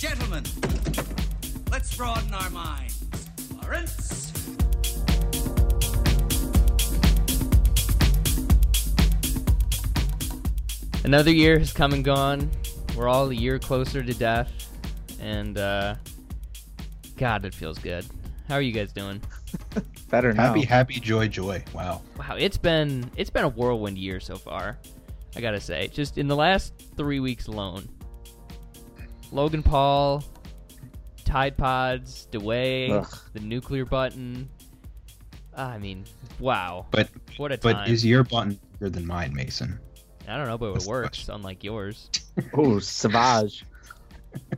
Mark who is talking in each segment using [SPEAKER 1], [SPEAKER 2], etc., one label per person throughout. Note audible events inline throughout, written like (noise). [SPEAKER 1] Gentlemen, let's broaden our minds. Lawrence?
[SPEAKER 2] Another year has come and gone. We're all a year closer to death. And, uh, God, it feels good. How are you guys doing?
[SPEAKER 3] Better now.
[SPEAKER 4] Happy, happy, joy, joy. Wow.
[SPEAKER 2] Wow, it's been it's been a whirlwind year so far. I gotta say, just in the last three weeks alone, Logan Paul, Tide Pods, DeWay,
[SPEAKER 3] Ugh.
[SPEAKER 2] the nuclear button. I mean, wow,
[SPEAKER 4] But
[SPEAKER 2] what a
[SPEAKER 4] but
[SPEAKER 2] time!
[SPEAKER 4] is your button bigger than mine, Mason?
[SPEAKER 2] I don't know, but
[SPEAKER 4] That's
[SPEAKER 2] it
[SPEAKER 4] the
[SPEAKER 2] works, unlike yours.
[SPEAKER 3] Oh, (laughs) Savage.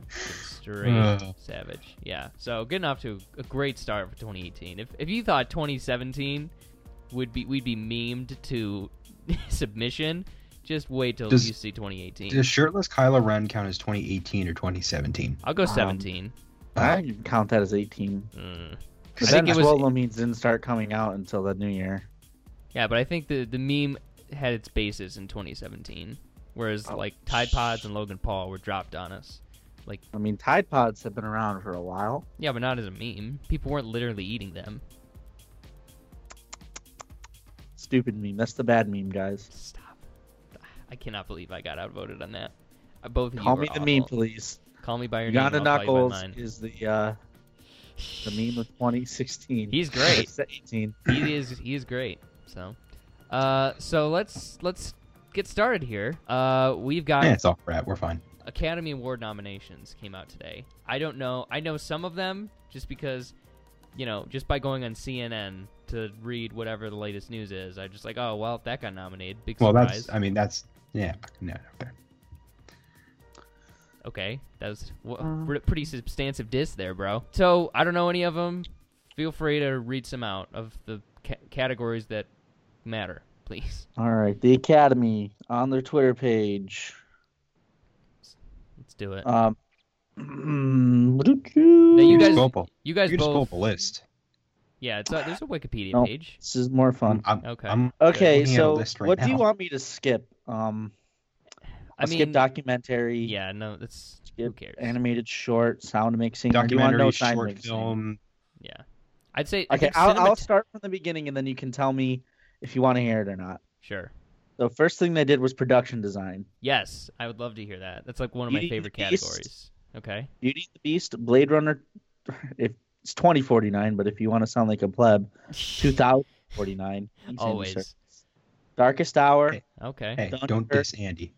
[SPEAKER 2] Straight
[SPEAKER 4] Uh.
[SPEAKER 2] savage, yeah. So getting off to a great start for 2018. If if you thought 2017 would be we'd be memed to (laughs) submission, just wait till
[SPEAKER 4] Does-
[SPEAKER 2] you see 2018.
[SPEAKER 4] Does shirtless Kylo Ren count as 2018 or 2017?
[SPEAKER 2] I'll go
[SPEAKER 3] Um,
[SPEAKER 2] 17.
[SPEAKER 3] I can count that as 18.
[SPEAKER 2] Mm.
[SPEAKER 3] But
[SPEAKER 2] I
[SPEAKER 3] then
[SPEAKER 2] think it was-
[SPEAKER 3] 12 means didn't start coming out until the new year.
[SPEAKER 2] Yeah, but I think the the meme had its basis in 2017, whereas
[SPEAKER 3] Oh,
[SPEAKER 2] like Tide Pods and Logan Paul were dropped on us.
[SPEAKER 3] I mean, Tide Pods have been around for a while.
[SPEAKER 2] Yeah, but not as a meme. People weren't literally eating them.
[SPEAKER 3] Stupid meme. That's the bad meme, guys.
[SPEAKER 2] Stop. I cannot believe I got outvoted on that. Uh, Both of you
[SPEAKER 3] Call
[SPEAKER 2] were
[SPEAKER 3] me the
[SPEAKER 2] awful.
[SPEAKER 3] meme, please.
[SPEAKER 2] Call me by your
[SPEAKER 3] Yana
[SPEAKER 2] name. I'll call you by
[SPEAKER 3] Knuckles
[SPEAKER 2] mine.
[SPEAKER 3] is the uh,
[SPEAKER 2] (laughs)
[SPEAKER 3] the meme of 2016. (laughs)
[SPEAKER 2] He's great.
[SPEAKER 3] It's the 18.
[SPEAKER 2] he is he is great. So, uh, so let's let's get started here. Uh, we've got
[SPEAKER 4] Yeah, it's all crap. We're fine.
[SPEAKER 2] Academy Award nominations came out today. I don't know. I know some of them just because, you know, just by going on CNN to read whatever the latest news is, I just like, oh well, that got nominated. Big
[SPEAKER 4] Well,
[SPEAKER 2] surprise.
[SPEAKER 4] that's. I mean, that's. Yeah. No. Okay.
[SPEAKER 2] Okay, that was w-
[SPEAKER 3] Uh.
[SPEAKER 2] pre- pretty substantive diss there, bro. So I don't know any of them. Feel free to read some out of the ca- categories that matter, please. (laughs)
[SPEAKER 3] All right, the Academy on their Twitter page.
[SPEAKER 2] Let's do it.
[SPEAKER 3] Um, (clears throat)
[SPEAKER 2] you
[SPEAKER 4] You
[SPEAKER 2] guys-
[SPEAKER 4] just go up a-
[SPEAKER 2] you guys
[SPEAKER 4] you just go
[SPEAKER 2] both.
[SPEAKER 4] up a list.
[SPEAKER 2] Yeah, it's a, there's a Wikipedia
[SPEAKER 3] No.
[SPEAKER 2] page.
[SPEAKER 3] this is more fun.
[SPEAKER 4] I'm,
[SPEAKER 2] Okay.
[SPEAKER 4] I'm
[SPEAKER 3] Okay,
[SPEAKER 4] looking at a
[SPEAKER 3] so
[SPEAKER 4] list right
[SPEAKER 3] what do you
[SPEAKER 4] now.
[SPEAKER 3] want me to skip? Um,
[SPEAKER 2] I
[SPEAKER 3] I'll skip
[SPEAKER 2] mean,
[SPEAKER 3] documentary.
[SPEAKER 2] yeah, no, that's who
[SPEAKER 3] skip
[SPEAKER 2] cares.
[SPEAKER 3] animated short, sound mixing. or do you want to
[SPEAKER 4] documentary,
[SPEAKER 3] know sound
[SPEAKER 4] short
[SPEAKER 3] mixing?
[SPEAKER 4] film.
[SPEAKER 2] Yeah, I'd say I
[SPEAKER 3] Okay,
[SPEAKER 2] think
[SPEAKER 3] I'll, I'll
[SPEAKER 2] cinemat-
[SPEAKER 3] start from the beginning, and then you can tell me if you want to hear it or not.
[SPEAKER 2] Sure.
[SPEAKER 3] The first thing they did was production design.
[SPEAKER 2] Yes, I would love to hear that. That's like one of my
[SPEAKER 3] Beauty and the
[SPEAKER 2] favorite categories. Okay.
[SPEAKER 3] Beauty and the Beast, Blade Runner. (laughs) If it's twenty forty nine, but if you want to sound like a pleb, two thousand forty nine.
[SPEAKER 2] Always.
[SPEAKER 3] Darkest Hour
[SPEAKER 4] Hey.
[SPEAKER 2] Okay.
[SPEAKER 4] Hey,
[SPEAKER 3] Dunkirk.
[SPEAKER 4] don't diss Andy.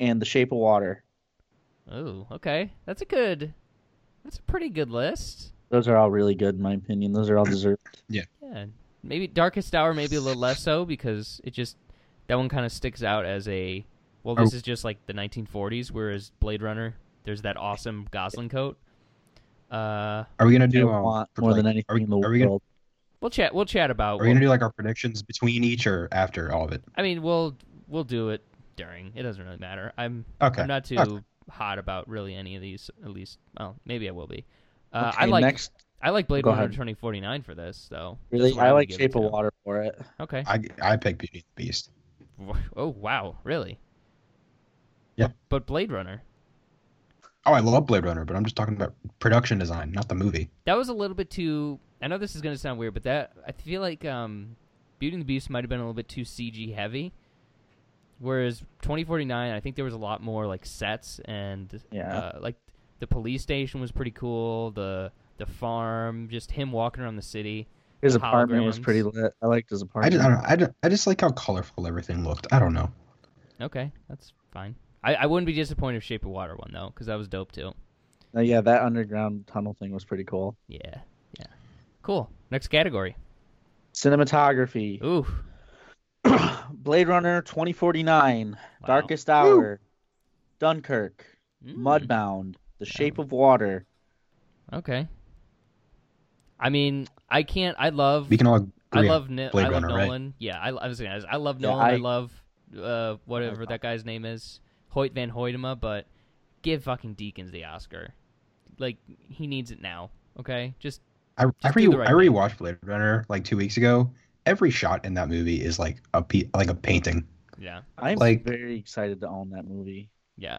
[SPEAKER 3] and The Shape of Water.
[SPEAKER 2] Oh, okay. That's a good. That's a pretty good list.
[SPEAKER 3] Those are all really good in my opinion. Those are all deserved.
[SPEAKER 2] Yeah. Maybe Darkest Hour, maybe a little less so because it just that one kind of sticks out as a. Well,
[SPEAKER 3] Oh.
[SPEAKER 2] this is just like the 1940s, whereas Blade Runner, there's that awesome Goslin coat. Uh,
[SPEAKER 4] Are we gonna
[SPEAKER 3] I
[SPEAKER 4] do um,
[SPEAKER 3] want
[SPEAKER 4] for,
[SPEAKER 3] more than
[SPEAKER 4] like,
[SPEAKER 3] anything
[SPEAKER 4] are we-
[SPEAKER 3] in the
[SPEAKER 4] are
[SPEAKER 3] world.
[SPEAKER 4] we gonna-
[SPEAKER 2] we'll chat. We'll chat about.
[SPEAKER 4] Are we
[SPEAKER 2] what-
[SPEAKER 4] gonna do like our predictions between each or after all of it?
[SPEAKER 2] I mean, we'll we'll do it during. It doesn't really matter. I'm
[SPEAKER 4] Okay.
[SPEAKER 2] I'm not too
[SPEAKER 4] Okay.
[SPEAKER 2] hot about really any of these. At least, well, maybe I will be. Uh, I
[SPEAKER 3] Okay,
[SPEAKER 2] like
[SPEAKER 3] next.
[SPEAKER 2] I like Blade
[SPEAKER 3] go
[SPEAKER 2] Runner
[SPEAKER 3] ahead.
[SPEAKER 2] 2049 for this though. That's
[SPEAKER 3] Really,
[SPEAKER 2] what
[SPEAKER 3] I
[SPEAKER 2] would
[SPEAKER 3] like
[SPEAKER 2] give it
[SPEAKER 3] Shape of
[SPEAKER 2] to.
[SPEAKER 3] Water for it.
[SPEAKER 2] Okay.
[SPEAKER 4] I I pick Beauty and the Beast.
[SPEAKER 2] (laughs) Oh wow, really?
[SPEAKER 4] Yeah.
[SPEAKER 2] But Blade Runner
[SPEAKER 4] Oh, I love Blade Runner, but I'm just talking about production design, not the movie.
[SPEAKER 2] that was a little bit too. I know this is gonna sound weird, but that I feel like um, Beauty and the Beast might have been a little bit too CG heavy. Whereas 2049, I think there was a lot more like sets and
[SPEAKER 3] Yeah.
[SPEAKER 2] uh, like the police station was pretty cool. The the farm, just him walking around the city.
[SPEAKER 3] His
[SPEAKER 2] the
[SPEAKER 3] apartment was pretty
[SPEAKER 2] holograms.
[SPEAKER 3] lit. I liked his
[SPEAKER 4] I
[SPEAKER 3] apartment.
[SPEAKER 4] just I, don't know, I, just, I just like how colorful everything looked. I don't know.
[SPEAKER 2] Okay, that's fine. I, I wouldn't be disappointed if Shape of Water won though, because that was dope too.
[SPEAKER 3] Uh, yeah, that underground tunnel thing was pretty cool.
[SPEAKER 2] Yeah, yeah, cool. Next category.
[SPEAKER 3] Cinematography.
[SPEAKER 2] Ooh,
[SPEAKER 3] (clears throat) Blade Runner 2049,
[SPEAKER 2] wow.
[SPEAKER 3] Darkest Hour, Dunkirk,
[SPEAKER 2] Mm.
[SPEAKER 3] Mudbound, The Shape of Water.
[SPEAKER 2] Okay. I mean, I can't. I love.
[SPEAKER 4] We can all
[SPEAKER 2] I
[SPEAKER 4] agree on
[SPEAKER 2] love. Ni-
[SPEAKER 4] Blade
[SPEAKER 2] I love
[SPEAKER 4] Runner, right?
[SPEAKER 2] Nolan. Yeah, I, I was gonna. I love
[SPEAKER 3] Yeah,
[SPEAKER 2] Nolan. I,
[SPEAKER 3] I-
[SPEAKER 2] love uh, whatever that guy's name is, Hoyt Van Hoytema. But give fucking Deacons the Oscar. Like he needs it now. Okay, just
[SPEAKER 4] I, I,
[SPEAKER 2] Just
[SPEAKER 4] re-
[SPEAKER 2] do the right
[SPEAKER 4] I rewatched Blade Runner like two weeks ago. Every shot in that movie is like a pe- like a painting.
[SPEAKER 2] yeah,
[SPEAKER 3] I'm
[SPEAKER 4] Like-
[SPEAKER 3] very excited to own that movie.
[SPEAKER 2] yeah.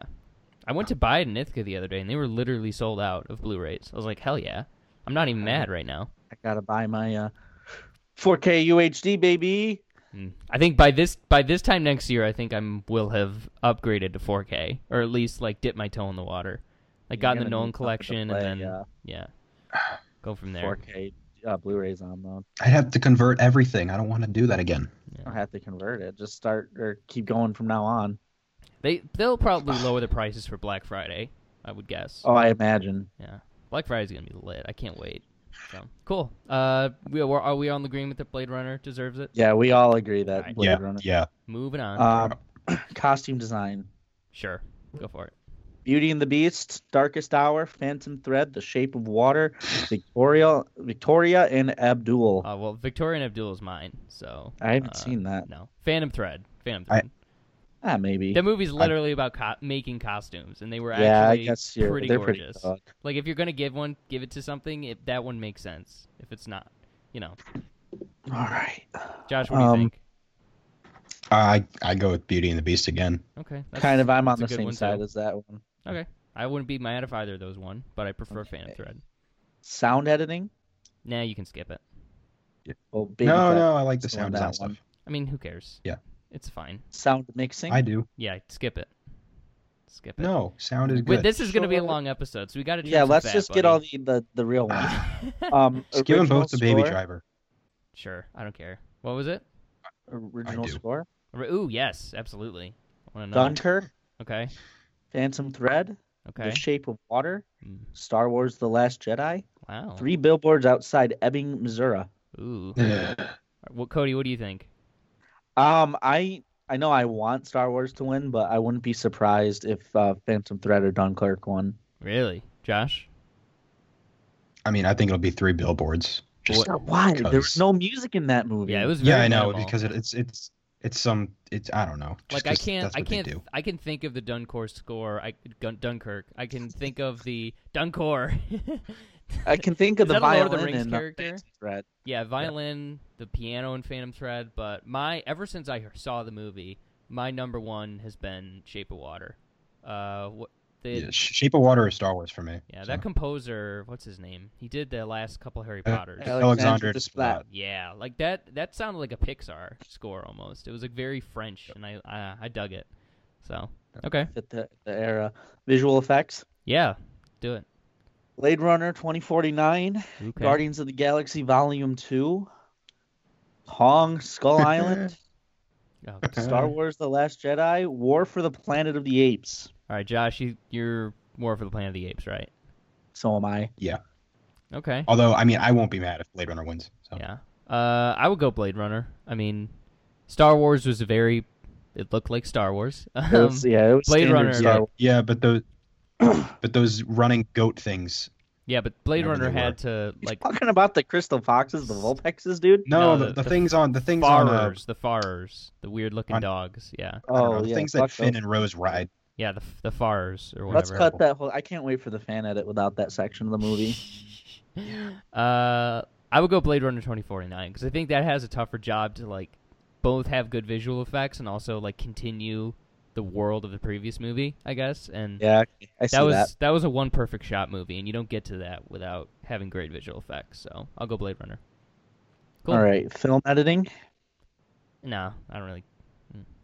[SPEAKER 2] I went to buy it in Ithaca the other day, and they were literally sold out of Blu-rays. I was like, hell yeah! I'm not even mad right now.
[SPEAKER 3] I gotta buy my uh, 4K UHD, baby.
[SPEAKER 2] Mm. I think by this by this time next year, I think I am will have upgraded to 4K, or at least like dip my toe in the water. Like
[SPEAKER 3] You're
[SPEAKER 2] got in the
[SPEAKER 3] gonna
[SPEAKER 2] Nolan
[SPEAKER 3] need something to
[SPEAKER 2] collection,
[SPEAKER 3] play,
[SPEAKER 2] and then
[SPEAKER 3] uh,
[SPEAKER 2] yeah, go from there.
[SPEAKER 3] 4K uh, Blu-rays on though.
[SPEAKER 4] I'd have to convert everything. I don't want to do that again.
[SPEAKER 3] I don't have to convert it. Just start or keep going from now on.
[SPEAKER 2] They they'll probably lower the prices for Black Friday. I would guess.
[SPEAKER 3] Oh, I imagine.
[SPEAKER 2] Yeah, Black Friday's gonna be lit. I can't wait. So cool. Uh, we are, are we on the agreement that Blade Runner deserves it?
[SPEAKER 3] Yeah, we all agree that
[SPEAKER 2] Right.
[SPEAKER 3] Blade
[SPEAKER 4] yeah,
[SPEAKER 3] Runner.
[SPEAKER 4] yeah.
[SPEAKER 2] Moving on.
[SPEAKER 3] Um, (clears throat) costume design.
[SPEAKER 2] sure, go for it.
[SPEAKER 3] Beauty and the Beast, Darkest Hour, Phantom Thread, The Shape of Water, Victoria, Victoria, and Abdul.
[SPEAKER 2] Uh, well, Victoria and Abdul is mine, so
[SPEAKER 3] I haven't
[SPEAKER 2] uh,
[SPEAKER 3] seen that.
[SPEAKER 2] no. Phantom Thread. Phantom
[SPEAKER 4] I-
[SPEAKER 2] Thread.
[SPEAKER 3] Ah, maybe.
[SPEAKER 2] That movie's literally about co- making costumes, and they were actually
[SPEAKER 3] Yeah, I guess you're.
[SPEAKER 2] pretty
[SPEAKER 3] they're
[SPEAKER 2] gorgeous.
[SPEAKER 3] pretty. good.
[SPEAKER 2] like if you're gonna give one, give it to something. If that one makes sense. If it's not, you know,
[SPEAKER 3] All right.
[SPEAKER 2] Josh, what do you
[SPEAKER 3] Um,
[SPEAKER 2] think?
[SPEAKER 4] I I go with Beauty and the Beast again.
[SPEAKER 2] Okay, that's-
[SPEAKER 3] kind of. I'm on
[SPEAKER 2] that's a
[SPEAKER 3] the
[SPEAKER 2] good
[SPEAKER 3] same
[SPEAKER 2] one,
[SPEAKER 3] side
[SPEAKER 2] too.
[SPEAKER 3] as that one.
[SPEAKER 2] Okay, I wouldn't be mad if either of those won, but I prefer Phantom Thread.
[SPEAKER 3] Sound editing.
[SPEAKER 2] Nah, you can skip it.
[SPEAKER 3] Well, baby
[SPEAKER 4] no,
[SPEAKER 3] fat-
[SPEAKER 4] no, I like the
[SPEAKER 3] Still on
[SPEAKER 4] sound
[SPEAKER 3] that
[SPEAKER 4] design stuff.
[SPEAKER 3] one.
[SPEAKER 2] I mean, who cares?
[SPEAKER 4] Yeah.
[SPEAKER 2] it's fine.
[SPEAKER 3] Sound mixing.
[SPEAKER 4] I do.
[SPEAKER 2] Yeah, skip it. Skip it.
[SPEAKER 4] No, sound is
[SPEAKER 2] Wait,
[SPEAKER 4] good.
[SPEAKER 2] this is gonna be a
[SPEAKER 3] Sure.
[SPEAKER 2] long episode, so we got to.
[SPEAKER 3] yeah, let's just get all the, the the real ones.
[SPEAKER 4] (sighs)
[SPEAKER 2] (laughs)
[SPEAKER 3] Um,
[SPEAKER 4] Just give them both the
[SPEAKER 3] original
[SPEAKER 4] Baby
[SPEAKER 3] score-
[SPEAKER 4] Driver.
[SPEAKER 2] sure, I don't care. What was it?
[SPEAKER 3] Original
[SPEAKER 4] do.
[SPEAKER 3] score.
[SPEAKER 2] Re- Ooh, yes, absolutely. I wanna know.
[SPEAKER 3] Dunkirk,
[SPEAKER 2] Okay.
[SPEAKER 3] Phantom Thread,
[SPEAKER 2] Okay.
[SPEAKER 3] The Shape of Water,
[SPEAKER 2] Mm,
[SPEAKER 3] Star Wars: The Last Jedi,
[SPEAKER 2] Wow.
[SPEAKER 3] Three Billboards Outside Ebbing, Missouri.
[SPEAKER 2] Ooh.
[SPEAKER 4] I
[SPEAKER 2] What, Cody? What do you think?
[SPEAKER 3] Um, I I know I want Star Wars to win, but I wouldn't be surprised if uh, Phantom Thread or Dunkirk won.
[SPEAKER 2] Really, Josh?
[SPEAKER 4] mean, I think it'll be three billboards. Just
[SPEAKER 3] But why? There was
[SPEAKER 4] Because-
[SPEAKER 3] no music in that movie.
[SPEAKER 2] Yeah, it was. Very
[SPEAKER 4] yeah, I know
[SPEAKER 2] minimal.
[SPEAKER 4] because it, it's it's it's some it's I don't know.
[SPEAKER 2] like
[SPEAKER 4] Just
[SPEAKER 2] I
[SPEAKER 4] 'cause
[SPEAKER 2] can't,
[SPEAKER 4] that's
[SPEAKER 2] I
[SPEAKER 4] what they
[SPEAKER 2] can't,
[SPEAKER 4] do.
[SPEAKER 2] I can think of the Dunkor score. I Gun, Dunkirk. I can think of the Dunkor. (laughs)
[SPEAKER 3] I can think of
[SPEAKER 2] Is
[SPEAKER 3] the
[SPEAKER 2] that a Lord
[SPEAKER 3] violin
[SPEAKER 2] of the Rings
[SPEAKER 3] in, uh,
[SPEAKER 2] character?
[SPEAKER 3] Phantom Thread.
[SPEAKER 2] yeah, violin, the piano, and Phantom Thread. But my ever since I saw the movie, my number one has been Shape of Water. Uh, what the
[SPEAKER 4] Yeah, Sh- Shape of Water is Star Wars for me.
[SPEAKER 2] yeah
[SPEAKER 4] so.
[SPEAKER 2] that composer, what's his name? He did the last couple Harry
[SPEAKER 4] Uh,
[SPEAKER 2] Potters.
[SPEAKER 3] Alex-
[SPEAKER 4] Alexander
[SPEAKER 3] Alexander
[SPEAKER 2] uh,
[SPEAKER 3] Desplat.
[SPEAKER 4] Desplat.
[SPEAKER 2] Yeah, like that. That sounded like a Pixar score almost. It was like very French, and I I, I dug it. So okay,
[SPEAKER 3] Fit the, the era. Visual effects.
[SPEAKER 2] yeah, do it.
[SPEAKER 3] Blade Runner 2049,
[SPEAKER 2] Okay.
[SPEAKER 3] Guardians of the Galaxy Volume 2, Kong,
[SPEAKER 2] (laughs)
[SPEAKER 3] Skull Island,
[SPEAKER 2] Oh,
[SPEAKER 3] Star Wars The Last Jedi, War for the Planet of the Apes.
[SPEAKER 2] All right, Josh, you, you're War for the Planet of the Apes, right?
[SPEAKER 3] So am I.
[SPEAKER 2] Okay.
[SPEAKER 4] Although I mean, I won't be mad if Blade Runner wins. So.
[SPEAKER 2] Yeah. Uh, I would go Blade Runner. I mean, Star Wars was a very. It looked like Star Wars. (laughs)
[SPEAKER 3] It was-
[SPEAKER 2] Um,
[SPEAKER 3] yeah, it was
[SPEAKER 2] Blade
[SPEAKER 3] standard
[SPEAKER 2] Runner-
[SPEAKER 3] Star
[SPEAKER 4] yeah,
[SPEAKER 3] Wars.
[SPEAKER 4] yeah, but those (clears throat) but those running goat things.
[SPEAKER 2] yeah, but Blade
[SPEAKER 4] Whatever
[SPEAKER 2] Runner
[SPEAKER 4] they
[SPEAKER 2] had to
[SPEAKER 3] Like,
[SPEAKER 2] like
[SPEAKER 3] talking about the crystal foxes, the Vulpexes, dude.
[SPEAKER 4] No,
[SPEAKER 2] No,
[SPEAKER 4] the,
[SPEAKER 2] the-
[SPEAKER 4] the
[SPEAKER 2] the
[SPEAKER 4] things on the things on uh,
[SPEAKER 2] farers, the farers, the weird looking
[SPEAKER 4] on-
[SPEAKER 2] dogs. Yeah,
[SPEAKER 4] I don't know,
[SPEAKER 3] Oh
[SPEAKER 4] the
[SPEAKER 3] yeah,
[SPEAKER 4] things
[SPEAKER 3] fuck
[SPEAKER 4] that Finn
[SPEAKER 3] those.
[SPEAKER 4] and Rose ride.
[SPEAKER 2] yeah, the the farers or
[SPEAKER 3] Let's
[SPEAKER 2] whatever.
[SPEAKER 3] cut that whole. I can't wait for the fan edit without that section of
[SPEAKER 2] (sighs)
[SPEAKER 3] the movie.
[SPEAKER 2] (laughs) Uh, I would go Blade Runner 2049 because I think that has a tougher job to like both have good visual effects and also like continue the world of the previous movie, I guess. And
[SPEAKER 3] Yeah, I see
[SPEAKER 2] that was
[SPEAKER 3] that.
[SPEAKER 2] that. was a one perfect shot movie, and you don't get to that without having great visual effects. So I'll go Blade Runner. Cool.
[SPEAKER 3] All right, film editing.
[SPEAKER 2] No, I don't really.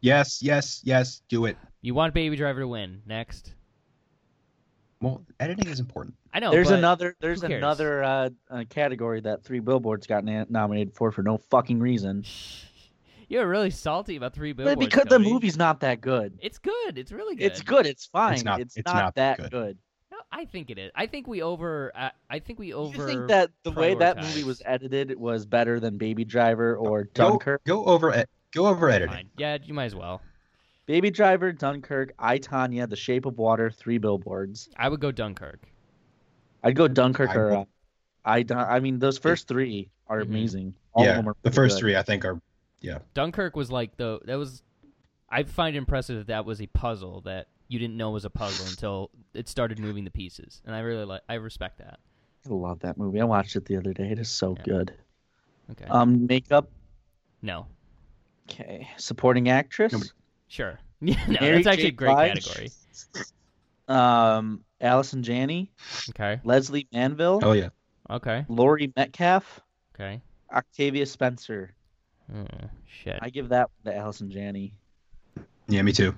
[SPEAKER 4] Yes, yes, yes. Do it.
[SPEAKER 2] You want Baby Driver to win next?
[SPEAKER 4] Well, editing is important.
[SPEAKER 2] I know.
[SPEAKER 3] there's
[SPEAKER 2] but
[SPEAKER 3] another. There's
[SPEAKER 2] cares?
[SPEAKER 3] another uh, uh, category that Three Billboards got na- nominated for for no fucking reason.
[SPEAKER 2] (laughs) You're really salty about three
[SPEAKER 3] But
[SPEAKER 2] billboards.
[SPEAKER 3] because the
[SPEAKER 2] Cody.
[SPEAKER 3] movie's not that good.
[SPEAKER 2] It's good. It's really good.
[SPEAKER 3] It's good. It's fine. It's
[SPEAKER 4] not-
[SPEAKER 3] not,
[SPEAKER 4] it's not
[SPEAKER 3] that
[SPEAKER 4] good.
[SPEAKER 3] good.
[SPEAKER 2] No, I think it is. I think we over. I, I think we over.
[SPEAKER 3] you think that the way that movie
[SPEAKER 2] prioritized.
[SPEAKER 3] was edited was better than Baby Driver or
[SPEAKER 4] Go,
[SPEAKER 3] Dunkirk?
[SPEAKER 4] go over it. Go over editing.
[SPEAKER 2] Fine. Yeah, you might as well.
[SPEAKER 3] Baby Driver, Dunkirk, I Tanya, The Shape of Water, Three Billboards.
[SPEAKER 2] I would go Dunkirk.
[SPEAKER 3] I'd go Dunkirk
[SPEAKER 4] I
[SPEAKER 3] or
[SPEAKER 4] would-
[SPEAKER 3] uh, I. Dun- I mean, those first three are
[SPEAKER 2] Mhm.
[SPEAKER 3] amazing. All
[SPEAKER 4] yeah,
[SPEAKER 3] of them are
[SPEAKER 4] the
[SPEAKER 3] really
[SPEAKER 4] first
[SPEAKER 3] good.
[SPEAKER 4] three I think are
[SPEAKER 2] Dunkirk was like the that was I find impressive that that was a puzzle that you didn't know was a puzzle
[SPEAKER 3] (laughs)
[SPEAKER 2] until it started moving the pieces, and I really like I respect that.
[SPEAKER 3] I love that movie. I watched it the other day. It is so
[SPEAKER 2] Yeah.
[SPEAKER 3] good.
[SPEAKER 2] Okay.
[SPEAKER 3] Um, makeup.
[SPEAKER 2] no,
[SPEAKER 3] Okay, supporting actress.
[SPEAKER 4] Nobody-
[SPEAKER 2] sure. (laughs) Yeah, no,
[SPEAKER 3] Mary
[SPEAKER 2] that's actually
[SPEAKER 3] J.
[SPEAKER 2] a great
[SPEAKER 3] Blige,
[SPEAKER 2] category.
[SPEAKER 3] um, Allison Janney,
[SPEAKER 2] Okay.
[SPEAKER 3] Leslie Manville,
[SPEAKER 4] Oh yeah.
[SPEAKER 2] Okay.
[SPEAKER 3] Lori Metcalf,
[SPEAKER 2] Okay.
[SPEAKER 3] Octavia Spencer.
[SPEAKER 2] Mm, shit.
[SPEAKER 3] I give that to Allison Janney
[SPEAKER 4] Yeah, me too.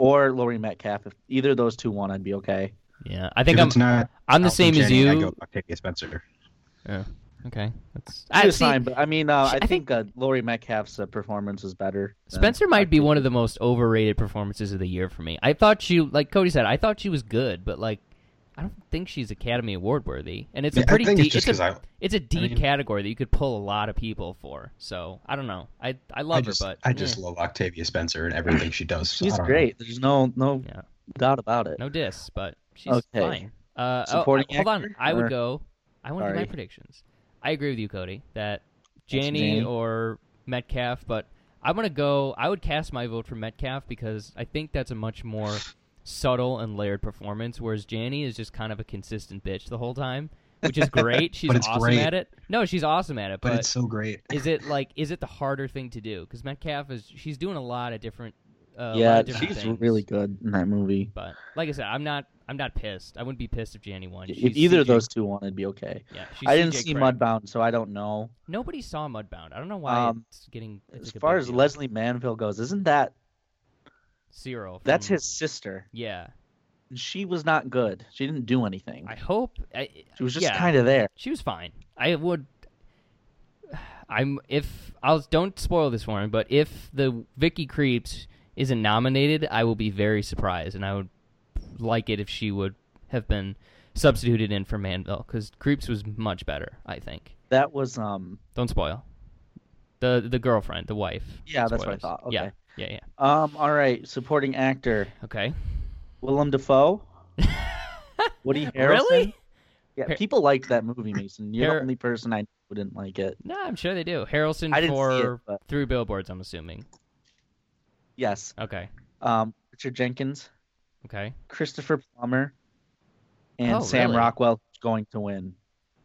[SPEAKER 3] or Lori Metcalf. If either of those two won, I'd be okay.
[SPEAKER 2] yeah. I think
[SPEAKER 4] If
[SPEAKER 2] I'm.
[SPEAKER 4] it's not
[SPEAKER 2] I'm the
[SPEAKER 4] Alton
[SPEAKER 2] same as
[SPEAKER 4] Janney, I
[SPEAKER 2] you.
[SPEAKER 4] go Octavia Spencer.
[SPEAKER 2] Okay. That's.
[SPEAKER 3] She
[SPEAKER 2] I
[SPEAKER 3] was
[SPEAKER 2] see.
[SPEAKER 3] fine, but I mean, uh,
[SPEAKER 2] she-
[SPEAKER 3] I,
[SPEAKER 2] I
[SPEAKER 3] think, uh, Lori Metcalf's uh, performance is better. than
[SPEAKER 2] Spencer might be one of
[SPEAKER 3] Octavia.
[SPEAKER 2] the most overrated performances of the year for me. I thought she, like Cody said, I thought she was good, but like, I don't think she's Academy Award worthy. And it's
[SPEAKER 4] Yeah,
[SPEAKER 2] a pretty
[SPEAKER 4] I think
[SPEAKER 2] deep,
[SPEAKER 4] it's just
[SPEAKER 2] it's,
[SPEAKER 4] because
[SPEAKER 2] a,
[SPEAKER 4] I,
[SPEAKER 2] it's a deep
[SPEAKER 4] mean-
[SPEAKER 2] category that you could pull a lot of people for. So I don't know. I I
[SPEAKER 4] I
[SPEAKER 2] love
[SPEAKER 4] just,
[SPEAKER 2] her, but
[SPEAKER 4] I just
[SPEAKER 2] eh,
[SPEAKER 4] love Octavia Spencer
[SPEAKER 2] (clears throat)
[SPEAKER 4] and everything she does. so I
[SPEAKER 3] She's
[SPEAKER 4] don't know.
[SPEAKER 3] great. There's no no
[SPEAKER 2] Yeah.
[SPEAKER 3] doubt about it.
[SPEAKER 2] no diss, but she's
[SPEAKER 3] Okay.
[SPEAKER 2] fine. Uh, oh,
[SPEAKER 3] Supporting
[SPEAKER 2] I- hold on.
[SPEAKER 3] actor,
[SPEAKER 2] I would
[SPEAKER 3] or-
[SPEAKER 2] go. I want to do my
[SPEAKER 3] Sorry.
[SPEAKER 2] predictions. I agree with you, Cody, that
[SPEAKER 3] That's
[SPEAKER 2] Janney
[SPEAKER 3] Janney.
[SPEAKER 2] or Metcalf, but I'm gonna go. I would cast my vote for Metcalf because I think that's a much more subtle and layered performance, whereas Janney is just kind of a consistent bitch the whole time, which is
[SPEAKER 3] (laughs)
[SPEAKER 2] great. She's
[SPEAKER 4] But it's
[SPEAKER 2] awesome
[SPEAKER 4] great.
[SPEAKER 2] at it. No, she's awesome at it,
[SPEAKER 4] But
[SPEAKER 2] but
[SPEAKER 4] it's
[SPEAKER 2] (clears throat)
[SPEAKER 4] so great.
[SPEAKER 2] is it like is it the harder thing to do? Because Metcalf is she's doing a lot of different. Uh, a lot
[SPEAKER 3] yeah,
[SPEAKER 2] of different
[SPEAKER 3] she's
[SPEAKER 2] things.
[SPEAKER 3] really good in that movie.
[SPEAKER 2] But like I said, I'm not I'm not pissed. I wouldn't be pissed if Janny won.
[SPEAKER 3] If
[SPEAKER 2] She's
[SPEAKER 3] E-, either of
[SPEAKER 2] CJ
[SPEAKER 3] those two won, it'd be okay.
[SPEAKER 2] Yeah, she's
[SPEAKER 3] I didn't
[SPEAKER 2] CJ
[SPEAKER 3] see
[SPEAKER 2] Craig.
[SPEAKER 3] Mudbound, so I don't know.
[SPEAKER 2] Nobody saw Mudbound. I don't know why
[SPEAKER 3] Um,
[SPEAKER 2] it's getting it's
[SPEAKER 3] As
[SPEAKER 2] like a
[SPEAKER 3] far
[SPEAKER 2] big
[SPEAKER 3] as
[SPEAKER 2] deal.
[SPEAKER 3] Leslie Manville goes, isn't that
[SPEAKER 2] Cyril.
[SPEAKER 3] that's
[SPEAKER 2] from-
[SPEAKER 3] his sister?
[SPEAKER 2] Yeah,
[SPEAKER 3] And She was not good. She didn't do anything.
[SPEAKER 2] I hope. I,
[SPEAKER 3] She was just
[SPEAKER 2] yeah,
[SPEAKER 3] kind of there.
[SPEAKER 2] She was fine. I would. I'm if I'll don't spoil this for me, but if the Vicky Creeps isn't nominated, I will be very surprised, and I would like it if she would have been substituted in for Manville because Creeps was much better. I think.
[SPEAKER 3] That was um
[SPEAKER 2] Don't spoil. The the girlfriend, the wife.
[SPEAKER 3] yeah, that's what I
[SPEAKER 2] Spoilers.
[SPEAKER 3] thought. Okay.
[SPEAKER 2] Yeah, yeah, yeah.
[SPEAKER 3] Um all right, supporting actor
[SPEAKER 2] Okay. (laughs)
[SPEAKER 3] Willem Dafoe, Woody Harrelson.
[SPEAKER 2] Really?
[SPEAKER 3] Yeah,
[SPEAKER 2] Har-
[SPEAKER 3] people liked that movie, Mason. You're
[SPEAKER 2] Har-
[SPEAKER 3] the only person I know who didn't like it.
[SPEAKER 2] No, I'm sure they do. Harrelson
[SPEAKER 3] I didn't see it,
[SPEAKER 2] for
[SPEAKER 3] but-
[SPEAKER 2] three billboards. I'm assuming.
[SPEAKER 3] Yes.
[SPEAKER 2] Okay.
[SPEAKER 3] Um Richard Jenkins,
[SPEAKER 2] Okay.
[SPEAKER 3] Christopher Plummer, and
[SPEAKER 2] Oh,
[SPEAKER 3] Sam
[SPEAKER 2] really?
[SPEAKER 3] Rockwell going to win.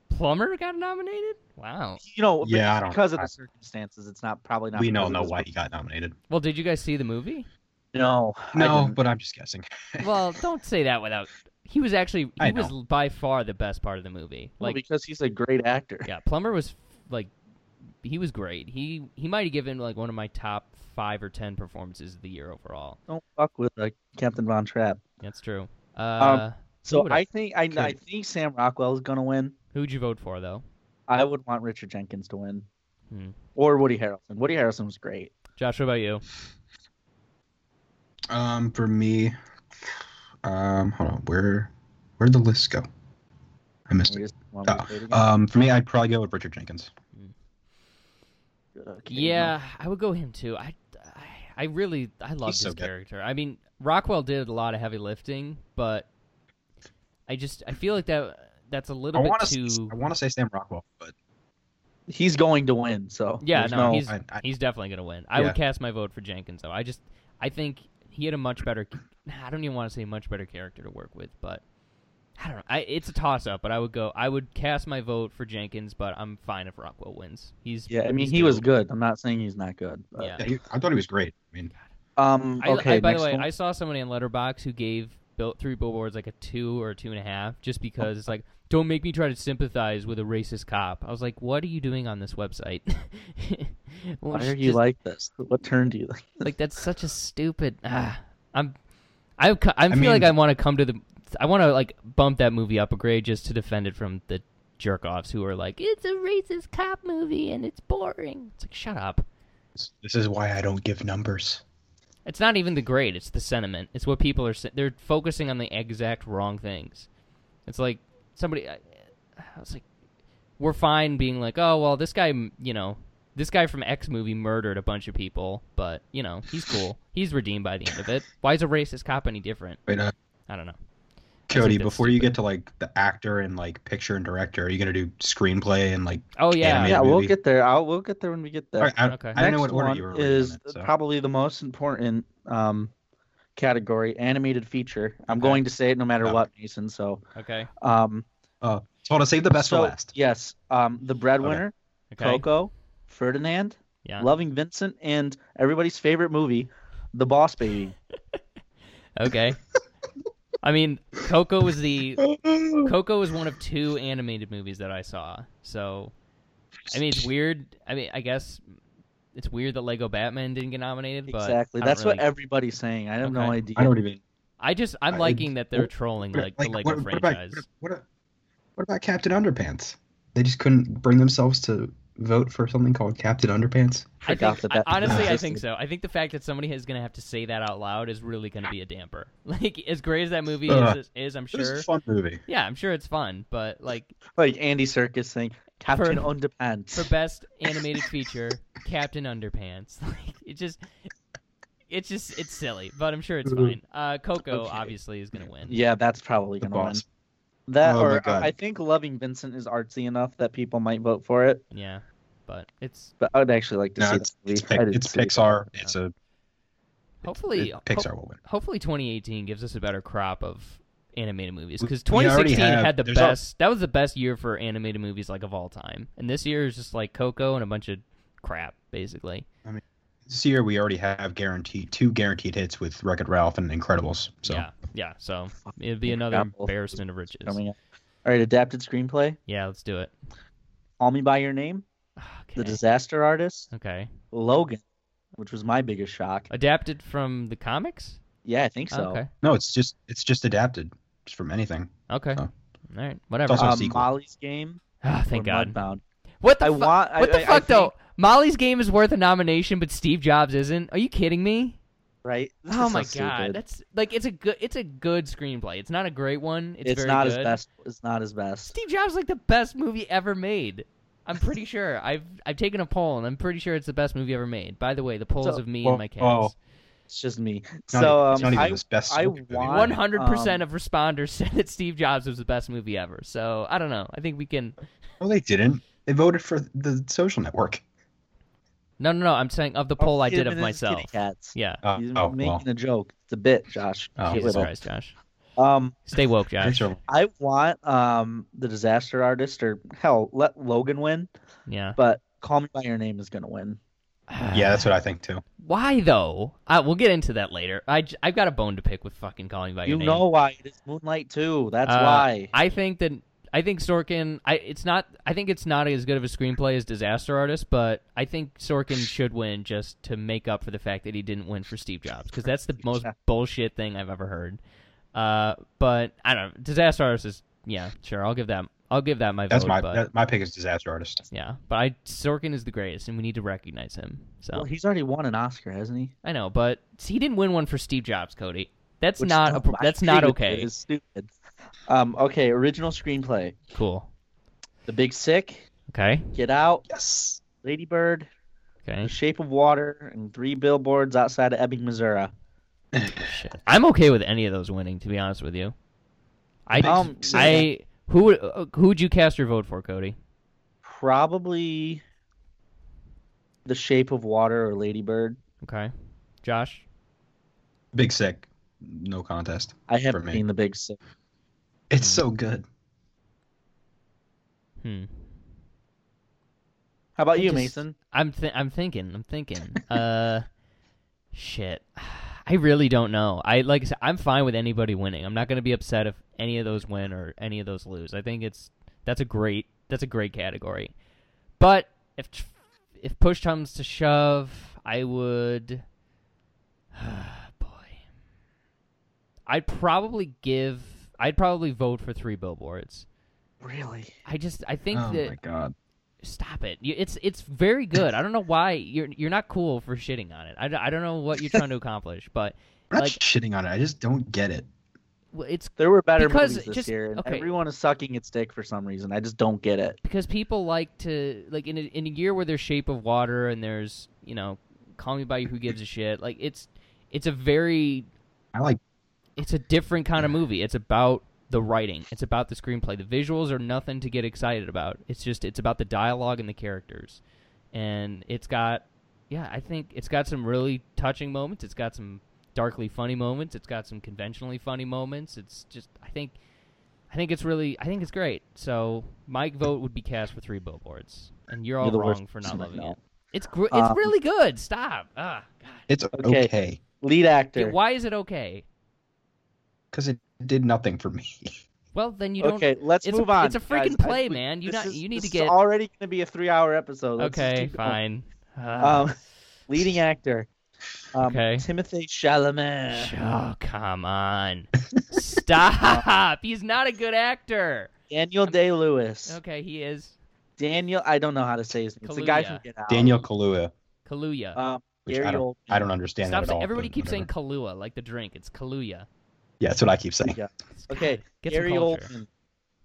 [SPEAKER 2] Plumber got nominated. Wow.
[SPEAKER 3] You know, but
[SPEAKER 4] Yeah, I don't-
[SPEAKER 3] because of
[SPEAKER 4] I-
[SPEAKER 3] the circumstances, it's not probably not.
[SPEAKER 4] We
[SPEAKER 3] because
[SPEAKER 4] don't
[SPEAKER 3] of
[SPEAKER 4] know
[SPEAKER 3] his-
[SPEAKER 4] why he got nominated.
[SPEAKER 2] Well, did you guys see the
[SPEAKER 3] (laughs)
[SPEAKER 2] movie?
[SPEAKER 3] No, I
[SPEAKER 4] No,
[SPEAKER 3] didn't.
[SPEAKER 4] but I'm just guessing.
[SPEAKER 2] Well, don't say that without. He was actually he
[SPEAKER 4] I
[SPEAKER 2] was by far the best part of the movie.
[SPEAKER 3] Well,
[SPEAKER 2] Like,
[SPEAKER 3] because he's a great actor.
[SPEAKER 2] yeah, Plumber was like, he was great. He he might have given like one of my top five or ten performances of the year overall.
[SPEAKER 3] Don't fuck with uh, Captain Von Trapp.
[SPEAKER 2] That's true. Uh,
[SPEAKER 3] So
[SPEAKER 2] would've
[SPEAKER 3] I think I, I
[SPEAKER 4] could-
[SPEAKER 3] think Sam Rockwell is gonna win.
[SPEAKER 2] who'd you vote for though?
[SPEAKER 3] I would want Richard Jenkins to win,
[SPEAKER 2] Hmm.
[SPEAKER 3] or Woody Harrelson. Woody Harrelson was great.
[SPEAKER 2] Josh, what about you?
[SPEAKER 4] Um, for me, um, hold on, where, where'd the list go? I missed
[SPEAKER 3] We
[SPEAKER 4] it.
[SPEAKER 3] just want me to
[SPEAKER 4] Oh,
[SPEAKER 3] say it again?
[SPEAKER 4] Um, for me, I'd probably go with Richard Jenkins.
[SPEAKER 3] Okay,
[SPEAKER 2] Yeah, I would go him too. I, I, I really, I loved
[SPEAKER 4] so
[SPEAKER 2] his
[SPEAKER 4] good.
[SPEAKER 2] character. I mean, Rockwell did a lot of heavy lifting, but I just, I feel like that that's a
[SPEAKER 4] I
[SPEAKER 2] little bit
[SPEAKER 4] want to,
[SPEAKER 2] too.
[SPEAKER 4] I want to say Sam Rockwell, but
[SPEAKER 3] he's going to win. So
[SPEAKER 2] yeah,
[SPEAKER 3] there's
[SPEAKER 2] no, he's
[SPEAKER 4] I- I-
[SPEAKER 2] he's definitely gonna win. I
[SPEAKER 4] Yeah.
[SPEAKER 2] would cast my vote for Jenkins though. I just, I think he had a much better. I don't even want to say much better character to work with, but I don't know. I, it's a toss up, but I would go. I would cast my vote for Jenkins, but I'm fine if Rockwell wins. He's
[SPEAKER 3] yeah. I mean,
[SPEAKER 2] he's
[SPEAKER 3] he was
[SPEAKER 2] doable.
[SPEAKER 3] good. I'm not saying he's not good. But,
[SPEAKER 2] Yeah.
[SPEAKER 4] yeah, he- I thought he was great. I mean,
[SPEAKER 3] Um.
[SPEAKER 2] I,
[SPEAKER 3] Okay.
[SPEAKER 2] I, by the
[SPEAKER 3] next
[SPEAKER 2] way,
[SPEAKER 3] one.
[SPEAKER 2] I saw somebody on Letterbox who gave built three billboards like a two or a two and a half, just because it's like, don't make me try to sympathize with a racist cop. I was like, what are you doing on this website? (laughs) Well,
[SPEAKER 3] Why are
[SPEAKER 2] it's
[SPEAKER 3] you
[SPEAKER 2] just-
[SPEAKER 3] like this? What turned you?
[SPEAKER 2] like that's such a stupid. Ah, I'm, I, co- I, feel
[SPEAKER 4] mean-
[SPEAKER 2] like I want to come to the, I want to like bump that movie up a grade just to defend it from the jerk offs who are like, it's a racist cop movie and it's boring. It's like shut up.
[SPEAKER 4] this- this is why I don't give numbers.
[SPEAKER 2] It's not even the grade. It's the sentiment. It's what people are. sa- They're focusing on the exact wrong things. It's like somebody. I, I was like, we're fine being like, oh well, this guy, m- you know, this guy from X movie murdered a bunch of people, but you know, he's cool. he's redeemed by the end of it. Why is a racist cop any different?
[SPEAKER 4] Wait, uh,
[SPEAKER 2] I don't know.
[SPEAKER 4] Cody,
[SPEAKER 2] that's
[SPEAKER 4] before you get to like the actor and like picture and director, are you gonna do screenplay and like?
[SPEAKER 2] Oh yeah,
[SPEAKER 4] Animated.
[SPEAKER 3] Yeah, we'll
[SPEAKER 4] movie.
[SPEAKER 3] get there. I'll we'll get there when we get there.
[SPEAKER 4] I, I,
[SPEAKER 2] Okay.
[SPEAKER 4] I don't know what
[SPEAKER 3] Next
[SPEAKER 4] order
[SPEAKER 3] one
[SPEAKER 4] you were. rating
[SPEAKER 3] is
[SPEAKER 4] it, so.
[SPEAKER 3] probably the most important um, category, animated feature. I'm going to say it no matter
[SPEAKER 4] Oh.
[SPEAKER 3] what, Mason. So,
[SPEAKER 2] okay,
[SPEAKER 3] um,
[SPEAKER 4] Oh, so hold on, save the best
[SPEAKER 3] so,
[SPEAKER 4] for last.
[SPEAKER 3] Yes, um, the breadwinner,
[SPEAKER 2] okay,
[SPEAKER 3] Coco, Ferdinand,
[SPEAKER 2] yeah,
[SPEAKER 3] Loving Vincent, and
[SPEAKER 4] (laughs)
[SPEAKER 3] everybody's favorite movie, The Boss Baby.
[SPEAKER 2] okay. I mean, Coco was the Coco was one of two animated movies that I saw. So, I mean, it's weird. I mean, I guess it's weird that Lego Batman didn't get nominated, but
[SPEAKER 3] exactly.
[SPEAKER 2] I don't
[SPEAKER 3] That's what
[SPEAKER 2] really-
[SPEAKER 3] everybody's saying. I have no
[SPEAKER 2] Okay.
[SPEAKER 3] idea.
[SPEAKER 4] I don't even.
[SPEAKER 2] I just I'm
[SPEAKER 4] I-
[SPEAKER 2] liking that they're
[SPEAKER 4] what-
[SPEAKER 2] trolling like, the Lego
[SPEAKER 4] what, what about
[SPEAKER 2] franchise.
[SPEAKER 4] what, what, what about Captain Underpants? They just couldn't bring themselves to vote for something called Captain Underpants.
[SPEAKER 2] I
[SPEAKER 3] Freak off
[SPEAKER 2] think,
[SPEAKER 3] that
[SPEAKER 2] I-
[SPEAKER 3] that
[SPEAKER 2] honestly, I
[SPEAKER 4] (laughs)
[SPEAKER 2] think
[SPEAKER 3] existed.
[SPEAKER 2] so. I think the fact that somebody is going to have to say that out loud is really going to be a damper. (laughs) Like, as great as that movie
[SPEAKER 4] Ugh.
[SPEAKER 2] is, is, I'm
[SPEAKER 4] Uh. It was
[SPEAKER 2] sure.
[SPEAKER 4] a fun movie.
[SPEAKER 2] Yeah, I'm sure it's fun, but like
[SPEAKER 3] Like Andy Circus saying, Captain Underpants.
[SPEAKER 2] for best animated feature, Captain Underpants. (laughs) Like, it just, it's just, it's silly, but I'm sure it's fine. Uh, Coco
[SPEAKER 3] Okay.
[SPEAKER 2] obviously is going to win.
[SPEAKER 3] yeah, that's probably
[SPEAKER 4] The
[SPEAKER 3] gonna win.
[SPEAKER 4] boss.
[SPEAKER 3] That
[SPEAKER 4] Oh my
[SPEAKER 3] or
[SPEAKER 4] God.
[SPEAKER 3] I think Loving Vincent is artsy enough that people might vote for it.
[SPEAKER 2] Yeah, but it's
[SPEAKER 3] But I'd actually like to
[SPEAKER 4] No,
[SPEAKER 3] see
[SPEAKER 4] it's,
[SPEAKER 3] that movie.
[SPEAKER 4] it's,
[SPEAKER 3] I
[SPEAKER 4] Pic-
[SPEAKER 3] didn't
[SPEAKER 4] it's
[SPEAKER 3] see it.
[SPEAKER 4] Pixar. It's a
[SPEAKER 2] hopefully
[SPEAKER 4] it-
[SPEAKER 2] ho-
[SPEAKER 4] Pixar will win.
[SPEAKER 2] hopefully 2018 gives us a better crop of animated movies
[SPEAKER 4] We-
[SPEAKER 2] because
[SPEAKER 4] we already
[SPEAKER 2] 2016
[SPEAKER 4] have-
[SPEAKER 2] had the
[SPEAKER 4] there's al-
[SPEAKER 2] best that was the best year for animated movies like of all time and this year is just like coco and a bunch of crap basically
[SPEAKER 4] This year we already have guaranteed two guaranteed hits with Wreck It Ralph and Incredibles. So
[SPEAKER 2] yeah yeah so it'd be
[SPEAKER 3] Fucking
[SPEAKER 2] another
[SPEAKER 3] Apple.
[SPEAKER 2] embarrassment of riches
[SPEAKER 3] Coming up. All right, adapted screenplay.
[SPEAKER 2] yeah let's do it (sighs)
[SPEAKER 3] Call Me by Your Name, The
[SPEAKER 2] okay
[SPEAKER 3] Disaster Artist,
[SPEAKER 2] okay
[SPEAKER 3] Logan, which was my biggest shock.
[SPEAKER 2] adapted from the comics
[SPEAKER 3] Yeah, I think so.
[SPEAKER 2] okay
[SPEAKER 4] no, it's just it's just adapted just from anything.
[SPEAKER 2] okay
[SPEAKER 4] Oh.
[SPEAKER 2] all right whatever
[SPEAKER 4] It's also- a
[SPEAKER 3] Um,
[SPEAKER 4] sequel.
[SPEAKER 3] Molly's Game.
[SPEAKER 2] Ah, thank
[SPEAKER 3] or
[SPEAKER 2] god
[SPEAKER 3] Mudbound.
[SPEAKER 2] what the
[SPEAKER 3] I
[SPEAKER 2] fuck
[SPEAKER 3] want. I-
[SPEAKER 2] what the
[SPEAKER 3] I- I
[SPEAKER 2] fuck though
[SPEAKER 3] think-
[SPEAKER 2] molly's game is worth a nomination but steve jobs isn't are you kidding me
[SPEAKER 3] Right.
[SPEAKER 2] Oh
[SPEAKER 3] So
[SPEAKER 2] my god,
[SPEAKER 3] stupid.
[SPEAKER 2] that's like it's a good it's a good screenplay. It's not a great one. It's,
[SPEAKER 3] It's,
[SPEAKER 2] very
[SPEAKER 3] not
[SPEAKER 2] good.
[SPEAKER 3] his best. It's not his best.
[SPEAKER 2] Steve Jobs is, like the best movie ever made. I'm pretty (laughs) sure. I've I've taken a poll and I'm pretty sure it's the best movie ever made. By the way, the polls
[SPEAKER 3] So-
[SPEAKER 2] of me
[SPEAKER 4] well,
[SPEAKER 2] and my cats.
[SPEAKER 4] oh,
[SPEAKER 3] It's just me.
[SPEAKER 4] It's not
[SPEAKER 3] so
[SPEAKER 4] even-
[SPEAKER 3] um,
[SPEAKER 4] it's not even
[SPEAKER 3] I,
[SPEAKER 4] his best.
[SPEAKER 3] I
[SPEAKER 4] movie.
[SPEAKER 3] want-
[SPEAKER 2] One hundred percent
[SPEAKER 3] um,
[SPEAKER 2] of responders (laughs) said that Steve Jobs was the best movie ever. So I don't know. I think we can.
[SPEAKER 4] No, they didn't. They voted for the Social Network.
[SPEAKER 2] No, no, no. I'm saying of the poll I
[SPEAKER 3] Kid
[SPEAKER 2] did of
[SPEAKER 3] and his kitty
[SPEAKER 2] myself.
[SPEAKER 3] Cats.
[SPEAKER 2] Yeah.
[SPEAKER 4] Uh,
[SPEAKER 3] He's
[SPEAKER 4] oh
[SPEAKER 3] making
[SPEAKER 4] well.
[SPEAKER 3] a joke. It's a bit, Josh.
[SPEAKER 4] Oh.
[SPEAKER 3] Get
[SPEAKER 2] Jesus
[SPEAKER 3] with it.
[SPEAKER 2] Christ, Josh.
[SPEAKER 3] Um,
[SPEAKER 2] Stay woke, Josh.
[SPEAKER 4] Social-
[SPEAKER 3] I want um the disaster artist or hell, let Logan win,
[SPEAKER 2] Yeah.
[SPEAKER 3] but Call Me by Your Name is gonna win.
[SPEAKER 4] (sighs) Yeah, that's what I think too.
[SPEAKER 2] Why though? Uh, we'll get into that later. I j- I've got a bone to pick with fucking calling by
[SPEAKER 3] you
[SPEAKER 2] your name.
[SPEAKER 3] know why? It is Moonlight too. That's
[SPEAKER 2] Uh,
[SPEAKER 3] why.
[SPEAKER 2] I think that I think Sorkin. I it's not. I think it's not as good of a screenplay as Disaster Artist, but I think Sorkin should win just to make up for the fact that he didn't win for Steve Jobs because that's
[SPEAKER 3] (laughs)
[SPEAKER 2] the most
[SPEAKER 3] Yeah.
[SPEAKER 2] bullshit thing I've ever heard. Uh, but I don't know. Disaster Artist is yeah, sure. I'll give that. I'll give that my
[SPEAKER 4] That's
[SPEAKER 2] vote.
[SPEAKER 4] my
[SPEAKER 2] but,
[SPEAKER 4] that, my pick is Disaster Artist.
[SPEAKER 2] yeah, but I Sorkin is the greatest, and we need to recognize him. So
[SPEAKER 3] Well, he's already won an Oscar, hasn't he?
[SPEAKER 2] I know, but he didn't win one for Steve Jobs, Cody. That's
[SPEAKER 3] Which
[SPEAKER 2] not
[SPEAKER 3] is
[SPEAKER 2] a, pro-
[SPEAKER 3] dumb. I
[SPEAKER 2] that's
[SPEAKER 3] agree
[SPEAKER 2] not
[SPEAKER 3] with you.
[SPEAKER 2] okay.
[SPEAKER 3] It is stupid. Um, okay, original screenplay:
[SPEAKER 2] Cool.
[SPEAKER 3] The Big Sick,
[SPEAKER 2] Okay.
[SPEAKER 3] Get Out,
[SPEAKER 4] Yes.
[SPEAKER 3] Lady Bird, The
[SPEAKER 2] Okay.
[SPEAKER 3] Shape of Water, and Three Billboards Outside of Ebbing, Missouri.
[SPEAKER 2] Shit. I'm okay with any of those winning, to be honest with you. I
[SPEAKER 3] Um,
[SPEAKER 2] I who would uh, who would you cast your vote for, Cody?
[SPEAKER 3] Probably The Shape of Water or Lady Bird.
[SPEAKER 2] Okay. Josh.
[SPEAKER 4] Big Sick. No contest.
[SPEAKER 3] I haven't
[SPEAKER 4] me.
[SPEAKER 3] seen The Big Sick.
[SPEAKER 2] Mm.
[SPEAKER 4] It's so good.
[SPEAKER 2] Hmm.
[SPEAKER 3] How about
[SPEAKER 2] I
[SPEAKER 3] you,
[SPEAKER 2] just-
[SPEAKER 3] Mason?
[SPEAKER 2] I'm th- I'm thinking. I'm thinking. uh, shit. (sighs) I really don't know. I like. I said, I'm fine with anybody winning. I'm not going to be upset if any of those win or any of those lose. I think it's that's a great that's a great category. But if if push comes to shove, I would. (sighs) boy, I'd probably give. I'd probably vote for three billboards.
[SPEAKER 3] Really?
[SPEAKER 2] I just I think
[SPEAKER 4] oh
[SPEAKER 2] that
[SPEAKER 4] my god.
[SPEAKER 2] Stop it! You, it's it's very good. I don't know why you're you're not cool for shitting on it. I, don't- I don't know what you're trying to accomplish, but
[SPEAKER 4] I'm not
[SPEAKER 2] like-
[SPEAKER 4] shitting on it. I just don't get it.
[SPEAKER 2] w- it's
[SPEAKER 3] There were better
[SPEAKER 2] Because
[SPEAKER 3] movies this
[SPEAKER 2] just-
[SPEAKER 3] year, and
[SPEAKER 2] okay.
[SPEAKER 3] everyone is sucking its dick for some reason. I just don't get it.
[SPEAKER 2] because people like to like in a, in a year where there's Shape of Water and there's you know Call Me by Who Gives a Shit. Like it's it's a very
[SPEAKER 4] I like
[SPEAKER 2] it's a different kind of movie. It's about the writing. It's about the screenplay. The visuals are nothing to get excited about. It's just it's about the dialogue and the characters. And it's got yeah, I think it's got some really touching moments. It's got some darkly funny moments. It's got some conventionally funny moments. It's just I think I think it's really I think it's great. So my vote would be cast for three billboards. And you're all
[SPEAKER 3] You're the worst
[SPEAKER 2] wrong for not
[SPEAKER 3] person I
[SPEAKER 2] loving
[SPEAKER 3] know.
[SPEAKER 2] it. It's gr- it's
[SPEAKER 3] Um,
[SPEAKER 2] really good. Stop. Ah, God.
[SPEAKER 4] it's
[SPEAKER 3] Okay.
[SPEAKER 4] okay
[SPEAKER 3] Lead actor.
[SPEAKER 2] Why is it okay?
[SPEAKER 4] because it did nothing for me.
[SPEAKER 2] Um, Well, then you don't.
[SPEAKER 3] Okay, let's
[SPEAKER 2] it's a-
[SPEAKER 3] move on.
[SPEAKER 2] it's a freaking
[SPEAKER 3] guys.
[SPEAKER 2] play,
[SPEAKER 3] I- we-
[SPEAKER 2] man. You
[SPEAKER 3] this
[SPEAKER 2] not-
[SPEAKER 3] is-
[SPEAKER 2] you need
[SPEAKER 3] this
[SPEAKER 2] to
[SPEAKER 3] is
[SPEAKER 2] get-
[SPEAKER 3] already going to be a three-hour episode. Let's just
[SPEAKER 2] okay,
[SPEAKER 3] keep going.
[SPEAKER 2] fine. Ah,
[SPEAKER 3] Um, (laughs) leading actor. Um,
[SPEAKER 2] Okay.
[SPEAKER 3] Timothy (laughs) Chalamet.
[SPEAKER 2] oh, come
[SPEAKER 3] (laughs)
[SPEAKER 2] on. Stop. He's not a good actor.
[SPEAKER 3] Daniel Day Lewis.
[SPEAKER 2] Okay, he is
[SPEAKER 3] Daniel. I don't know how to say his name. It's the guy from
[SPEAKER 2] Kaluuya.
[SPEAKER 3] Get Out.
[SPEAKER 4] Daniel Kaluuya,
[SPEAKER 2] Kaluuya.
[SPEAKER 3] Um,
[SPEAKER 4] which
[SPEAKER 3] Gary
[SPEAKER 4] I don't,
[SPEAKER 3] Oldman.
[SPEAKER 4] I don't understand
[SPEAKER 2] Stop
[SPEAKER 4] that at
[SPEAKER 2] saying,
[SPEAKER 4] all.
[SPEAKER 2] everybody
[SPEAKER 4] but
[SPEAKER 2] keeps saying
[SPEAKER 4] whatever.
[SPEAKER 2] Kahlua, like the drink. It's Kaluuya.
[SPEAKER 4] Yeah, that's what I keep saying.
[SPEAKER 3] Yeah.
[SPEAKER 2] It's-
[SPEAKER 3] Okay.
[SPEAKER 2] Get some
[SPEAKER 3] Gary
[SPEAKER 2] culture.
[SPEAKER 3] Oldman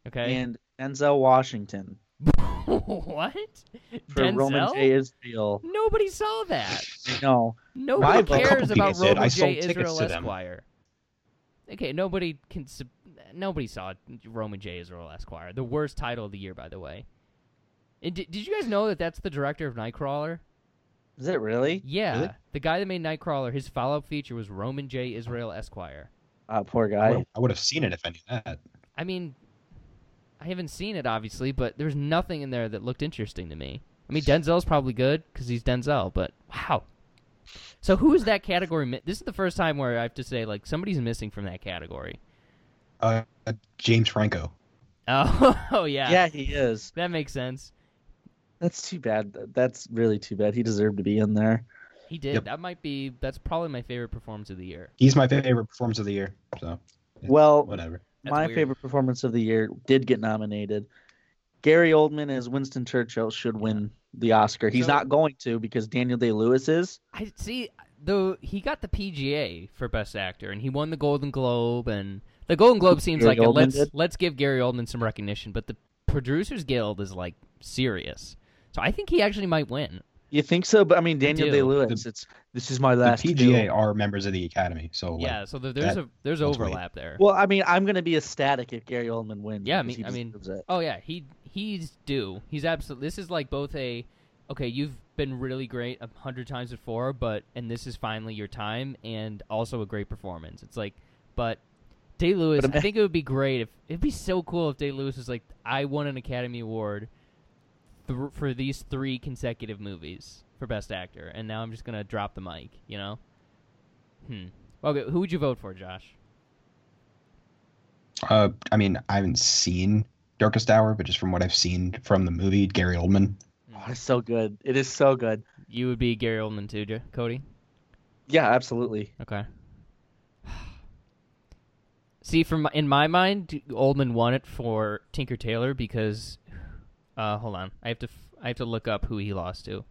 [SPEAKER 2] Okay.
[SPEAKER 3] and Denzel Washington
[SPEAKER 2] (laughs) what?
[SPEAKER 3] for
[SPEAKER 2] Denzel?
[SPEAKER 3] Roman J. Israel.
[SPEAKER 2] Nobody saw that.
[SPEAKER 3] No.
[SPEAKER 2] Nobody
[SPEAKER 3] My vote.
[SPEAKER 2] cares about
[SPEAKER 4] People did. I
[SPEAKER 2] Roman J.
[SPEAKER 4] sold tickets
[SPEAKER 2] Israel
[SPEAKER 4] to them.
[SPEAKER 2] Esquire. Okay, nobody can. sub- Nobody saw Roman J. Israel Esquire. The worst title of the year, by the way. And did, did you guys know that that's the director of Nightcrawler?
[SPEAKER 3] Is it really?
[SPEAKER 2] Yeah,
[SPEAKER 4] Really?
[SPEAKER 2] the guy that made Nightcrawler. His follow-up feature was Roman J. Israel Esquire.
[SPEAKER 3] Uh, poor
[SPEAKER 4] I
[SPEAKER 3] guy.
[SPEAKER 4] would've- I would have seen it if I knew that.
[SPEAKER 2] I mean, I haven't seen it obviously, but there's nothing in there that looked interesting to me. I mean, Denzel's probably good because he's Denzel, but wow. So who is that category? Mi- this is the first time where I have to say like somebody's missing from that category. (laughs)
[SPEAKER 4] Uh, uh, James Franco.
[SPEAKER 2] Oh, oh yeah,
[SPEAKER 3] Yeah, he is.
[SPEAKER 2] that makes sense.
[SPEAKER 3] That's too bad. That's really too bad. He deserved to be in there.
[SPEAKER 2] He did.
[SPEAKER 4] Yep.
[SPEAKER 2] That might be. That's probably my favorite performance of the year.
[SPEAKER 4] He's my favorite performance of the year. So Yeah,
[SPEAKER 3] Well,
[SPEAKER 4] whatever.
[SPEAKER 2] That's
[SPEAKER 3] my
[SPEAKER 2] weird.
[SPEAKER 3] favorite performance of the year did get nominated. Gary Oldman as Winston Churchill should win the Oscar. He's
[SPEAKER 2] So-
[SPEAKER 3] not going to because Daniel Day Lewis is.
[SPEAKER 2] I see. Though he got the PGA for Best Actor, and he won the Golden Globe, and the Golden Globe seems
[SPEAKER 3] Gary
[SPEAKER 2] like a,
[SPEAKER 3] Oldman
[SPEAKER 2] let's
[SPEAKER 3] did?
[SPEAKER 2] let's give Gary Oldman some recognition, but the Producers Guild is like serious, so I think he actually might win.
[SPEAKER 3] You think so? But I mean, Daniel
[SPEAKER 2] do.
[SPEAKER 3] Day Lewis. It's this is my
[SPEAKER 4] The
[SPEAKER 3] last.
[SPEAKER 4] PGA
[SPEAKER 3] film.
[SPEAKER 4] are members of the Academy,
[SPEAKER 3] Oh,
[SPEAKER 4] so like,
[SPEAKER 2] yeah, so there- there's
[SPEAKER 4] that-
[SPEAKER 2] a there's
[SPEAKER 4] that's right.
[SPEAKER 2] overlap there.
[SPEAKER 3] Well, I mean, I'm gonna be ecstatic if Gary Oldman wins.
[SPEAKER 2] Yeah, I
[SPEAKER 3] because
[SPEAKER 2] mean-
[SPEAKER 3] he
[SPEAKER 2] I mean-
[SPEAKER 3] deserves it.
[SPEAKER 2] Oh yeah, he he's due. He's absolutely. This is like both a okay, you've been really great a hundred times before, but and this is finally your time, and also a great performance. It's like, but Day Lewis,
[SPEAKER 3] But
[SPEAKER 2] I think it would be great if it'd be so cool if Day Lewis was like, I won an Academy Award thr for these three consecutive movies for Best Actor, and now I'm just gonna drop the mic. You know? Hmm. Okay, who would you vote for, Josh?
[SPEAKER 4] Uh, I mean, I haven't seen Darkest Hour, but just from what I've seen from the movie, Gary Oldman.
[SPEAKER 3] Oh, it's so good. It is so good.
[SPEAKER 2] You would be Gary Oldman too, Jo- Cody.
[SPEAKER 3] Yeah, absolutely.
[SPEAKER 2] Okay. See, from in my mind, Oldman won it for Tinker Taylor because, uh, hold on, I have to f- I have to look up who he lost to.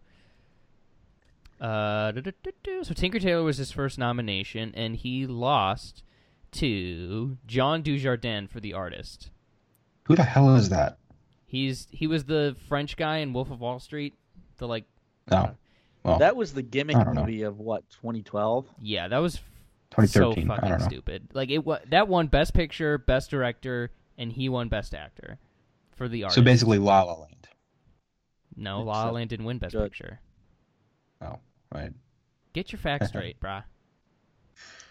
[SPEAKER 2] Uh, du-du-du-du. so Tinker Taylor was his first nomination, and he lost to John Dujardin for the artist.
[SPEAKER 4] Who the hell is that?
[SPEAKER 2] He's he was the French guy in Wolf of Wall Street, the like
[SPEAKER 4] Oh, well,
[SPEAKER 3] That was the gimmick
[SPEAKER 4] I don't know.
[SPEAKER 3] movie of what 2012.
[SPEAKER 2] Yeah, that was f- so
[SPEAKER 4] 2013. I
[SPEAKER 2] fucking
[SPEAKER 4] don't know.
[SPEAKER 2] stupid. Like it was that won Best Picture, Best Director, and he won Best Actor for the artist.
[SPEAKER 4] so basically La La Land.
[SPEAKER 2] no, La La Land didn't win Best
[SPEAKER 3] Good.
[SPEAKER 2] Picture.
[SPEAKER 4] Oh, right.
[SPEAKER 2] Get your
[SPEAKER 4] (laughs)
[SPEAKER 2] facts straight, brah.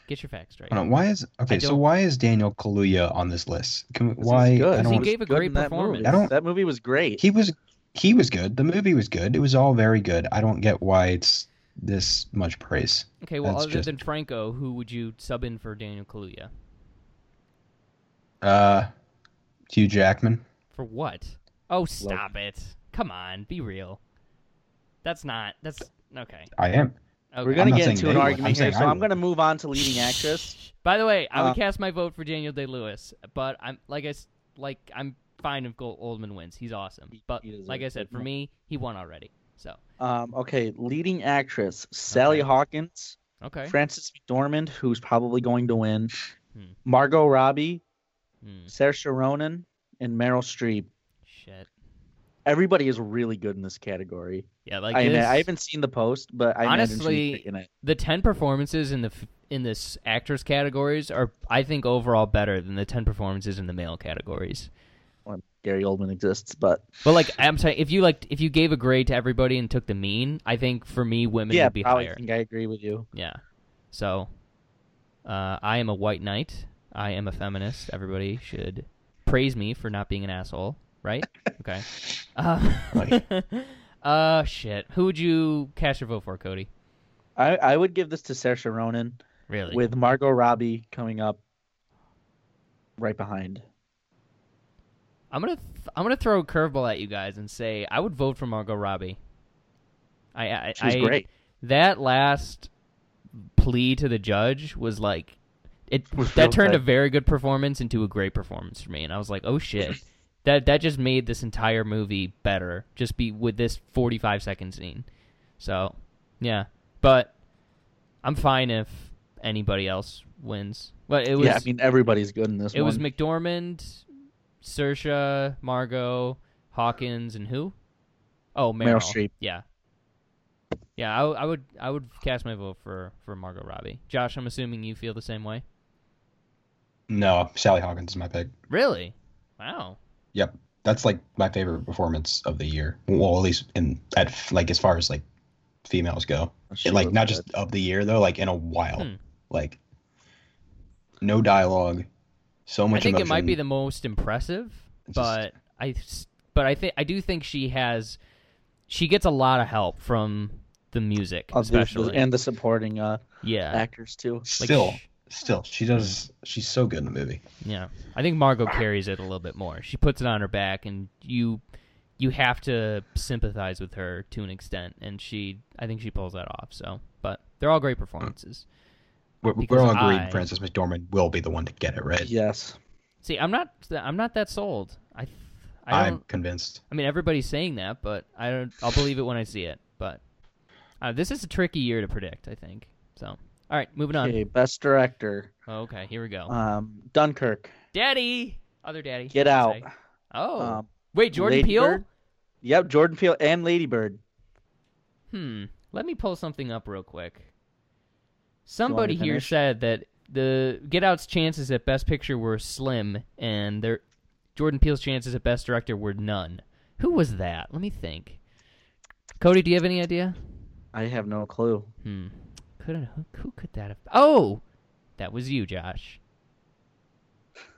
[SPEAKER 2] Get your facts straight.
[SPEAKER 4] I don't know, why is
[SPEAKER 2] I
[SPEAKER 4] okay? So
[SPEAKER 2] don't-
[SPEAKER 4] why is Daniel Kaluuya on this list? Can, we-
[SPEAKER 3] 'Cause he's
[SPEAKER 4] why?
[SPEAKER 3] good.
[SPEAKER 4] I
[SPEAKER 2] He
[SPEAKER 4] don't,
[SPEAKER 2] gave a
[SPEAKER 3] was good
[SPEAKER 2] great
[SPEAKER 3] in that movie.
[SPEAKER 2] performance.
[SPEAKER 4] I don't-
[SPEAKER 3] That movie was great.
[SPEAKER 4] he was he was good. The movie was good. It was all very good. I don't get why it's this much praise.
[SPEAKER 2] Okay, well,
[SPEAKER 4] That's
[SPEAKER 2] other
[SPEAKER 4] just-
[SPEAKER 2] than Franco, who would you sub in for Daniel Kaluuya?
[SPEAKER 4] Uh, Hugh Jackman.
[SPEAKER 2] For what? Oh, stop it! Come on, be real. That's not. That's okay.
[SPEAKER 4] I am.
[SPEAKER 2] okay.
[SPEAKER 3] We're gonna
[SPEAKER 4] not
[SPEAKER 3] get
[SPEAKER 4] saying
[SPEAKER 3] into
[SPEAKER 4] they
[SPEAKER 3] an
[SPEAKER 4] would.
[SPEAKER 3] argument
[SPEAKER 4] I'm
[SPEAKER 3] here,
[SPEAKER 4] saying
[SPEAKER 3] so
[SPEAKER 4] I
[SPEAKER 3] I'm
[SPEAKER 4] would.
[SPEAKER 3] gonna move on to leading actress.
[SPEAKER 2] (laughs) By the way, I
[SPEAKER 3] Uh,
[SPEAKER 2] would cast my vote for Daniel Day Lewis, but I'm like I s- like I'm fine if Gold Oldman wins. He's awesome,
[SPEAKER 3] He-
[SPEAKER 2] but
[SPEAKER 3] he deserves
[SPEAKER 2] like I said,
[SPEAKER 3] it.
[SPEAKER 2] for me, he won already. So
[SPEAKER 3] Um, okay, leading actress Sally
[SPEAKER 2] Okay.
[SPEAKER 3] Hawkins,
[SPEAKER 2] okay,
[SPEAKER 3] Frances McDormand, who's probably going to win,
[SPEAKER 2] Hmm.
[SPEAKER 3] Margot Robbie,
[SPEAKER 2] Hmm,
[SPEAKER 3] Saoirse Ronan, and Meryl Streep.
[SPEAKER 2] shit,
[SPEAKER 3] Everybody is really good in this category.
[SPEAKER 2] yeah, like
[SPEAKER 3] I, ima-
[SPEAKER 2] this,
[SPEAKER 3] I haven't seen the post, but I imagine she's
[SPEAKER 2] Honestly,
[SPEAKER 3] picking it.
[SPEAKER 2] the ten performances in the f- in this actors categories are I think overall better than the ten performances in the male categories.
[SPEAKER 3] Well, Gary Oldman exists, but
[SPEAKER 2] But like I'm saying, if you like if you gave a grade to everybody and took the mean, I think for me women
[SPEAKER 3] yeah,
[SPEAKER 2] would be
[SPEAKER 3] probably
[SPEAKER 2] higher.
[SPEAKER 3] think I agree with you.
[SPEAKER 2] Yeah. So, uh, I am a white knight. I am a feminist. Everybody should praise me for not being an asshole, right? Okay. (laughs) Uh, uh, shit. Who would you cast your vote for, Cody?
[SPEAKER 3] I, I would give this to Saoirse Ronan
[SPEAKER 2] Really?
[SPEAKER 3] with Margot Robbie coming up right behind.
[SPEAKER 2] I'm gonna th- I'm gonna throw a curveball at you guys and say I would vote for Margot Robbie. I, I
[SPEAKER 3] She's
[SPEAKER 2] I-
[SPEAKER 3] great.
[SPEAKER 2] That last plea to the judge was like it
[SPEAKER 3] Was real
[SPEAKER 2] that turned a
[SPEAKER 3] tight.
[SPEAKER 2] very good performance into a great performance for me, and I was like, oh shit,
[SPEAKER 3] (laughs)
[SPEAKER 2] that that just made this entire movie better. Just be with this 45 second scene. So yeah, but I'm fine if anybody else wins. But it was
[SPEAKER 3] yeah, I mean everybody's good in this
[SPEAKER 2] it
[SPEAKER 3] one.
[SPEAKER 2] was McDormand, Sersha, Margot, Hawkins, and who? Oh, Meryl.
[SPEAKER 3] Meryl Streep.
[SPEAKER 2] Yeah. Yeah, I, I would I would cast my vote for for Margot Robbie. Josh, I'm assuming you feel the same way.
[SPEAKER 4] No, Sally Hawkins is my pick.
[SPEAKER 2] Really? Wow.
[SPEAKER 4] Yep, that's like my favorite performance of the year. Well, at least in at like as far as like females go,
[SPEAKER 3] She
[SPEAKER 4] And, like
[SPEAKER 3] was
[SPEAKER 4] not
[SPEAKER 3] good.
[SPEAKER 4] just of the year though, like in a while,
[SPEAKER 2] Hmm.
[SPEAKER 4] like no dialogue, so
[SPEAKER 2] I
[SPEAKER 4] much.
[SPEAKER 2] think it might be the
[SPEAKER 4] emotion.
[SPEAKER 2] most impressive,
[SPEAKER 4] It's just-
[SPEAKER 2] but I s- but I think I do think she has she gets a lot of help from the music,
[SPEAKER 3] Of the- the-
[SPEAKER 2] especially.
[SPEAKER 3] and the supporting uh,
[SPEAKER 2] yeah.
[SPEAKER 3] actors too.
[SPEAKER 2] Like,
[SPEAKER 4] still,
[SPEAKER 2] sh-
[SPEAKER 4] still she does. She's so good in the movie.
[SPEAKER 2] Yeah, I think Margot carries it a little bit more. She puts it on her back, and you you have to sympathize with her to an extent, and she I think she pulls that off. So, but they're all great performances.
[SPEAKER 4] We're, we're
[SPEAKER 2] Because
[SPEAKER 4] all agreed
[SPEAKER 2] I-
[SPEAKER 4] Frances McDormand will be the one to get it right.
[SPEAKER 3] Yes.
[SPEAKER 2] See, I'm not I'm not that sold. I I
[SPEAKER 4] I'm
[SPEAKER 2] don't.
[SPEAKER 4] convinced.
[SPEAKER 2] I mean, everybody's saying that, but I don't. I'll believe it when I see it. But uh, this is a tricky year to predict. I think so. All right, moving on.
[SPEAKER 3] Okay, best director.
[SPEAKER 2] Okay, here we go.
[SPEAKER 3] Um, Dunkirk.
[SPEAKER 2] daddy, other daddy.
[SPEAKER 3] Get
[SPEAKER 2] I'd
[SPEAKER 3] out.
[SPEAKER 2] say. Oh,
[SPEAKER 3] Um,
[SPEAKER 2] wait, Jordan
[SPEAKER 3] Lady
[SPEAKER 2] Peele.
[SPEAKER 3] Bird? Yep, Jordan Peele and Lady Bird.
[SPEAKER 2] Hmm. Let me pull something up real quick. Somebody here
[SPEAKER 3] finish?
[SPEAKER 2] said that the Get Out's chances at Best Picture were slim, and their Jordan Peele's chances at Best Director were none. Who was that? Let me think. Cody, do you have any idea?
[SPEAKER 3] I have no clue.
[SPEAKER 2] Hmm. Could it, who, who could that have? Oh, that was you, Josh.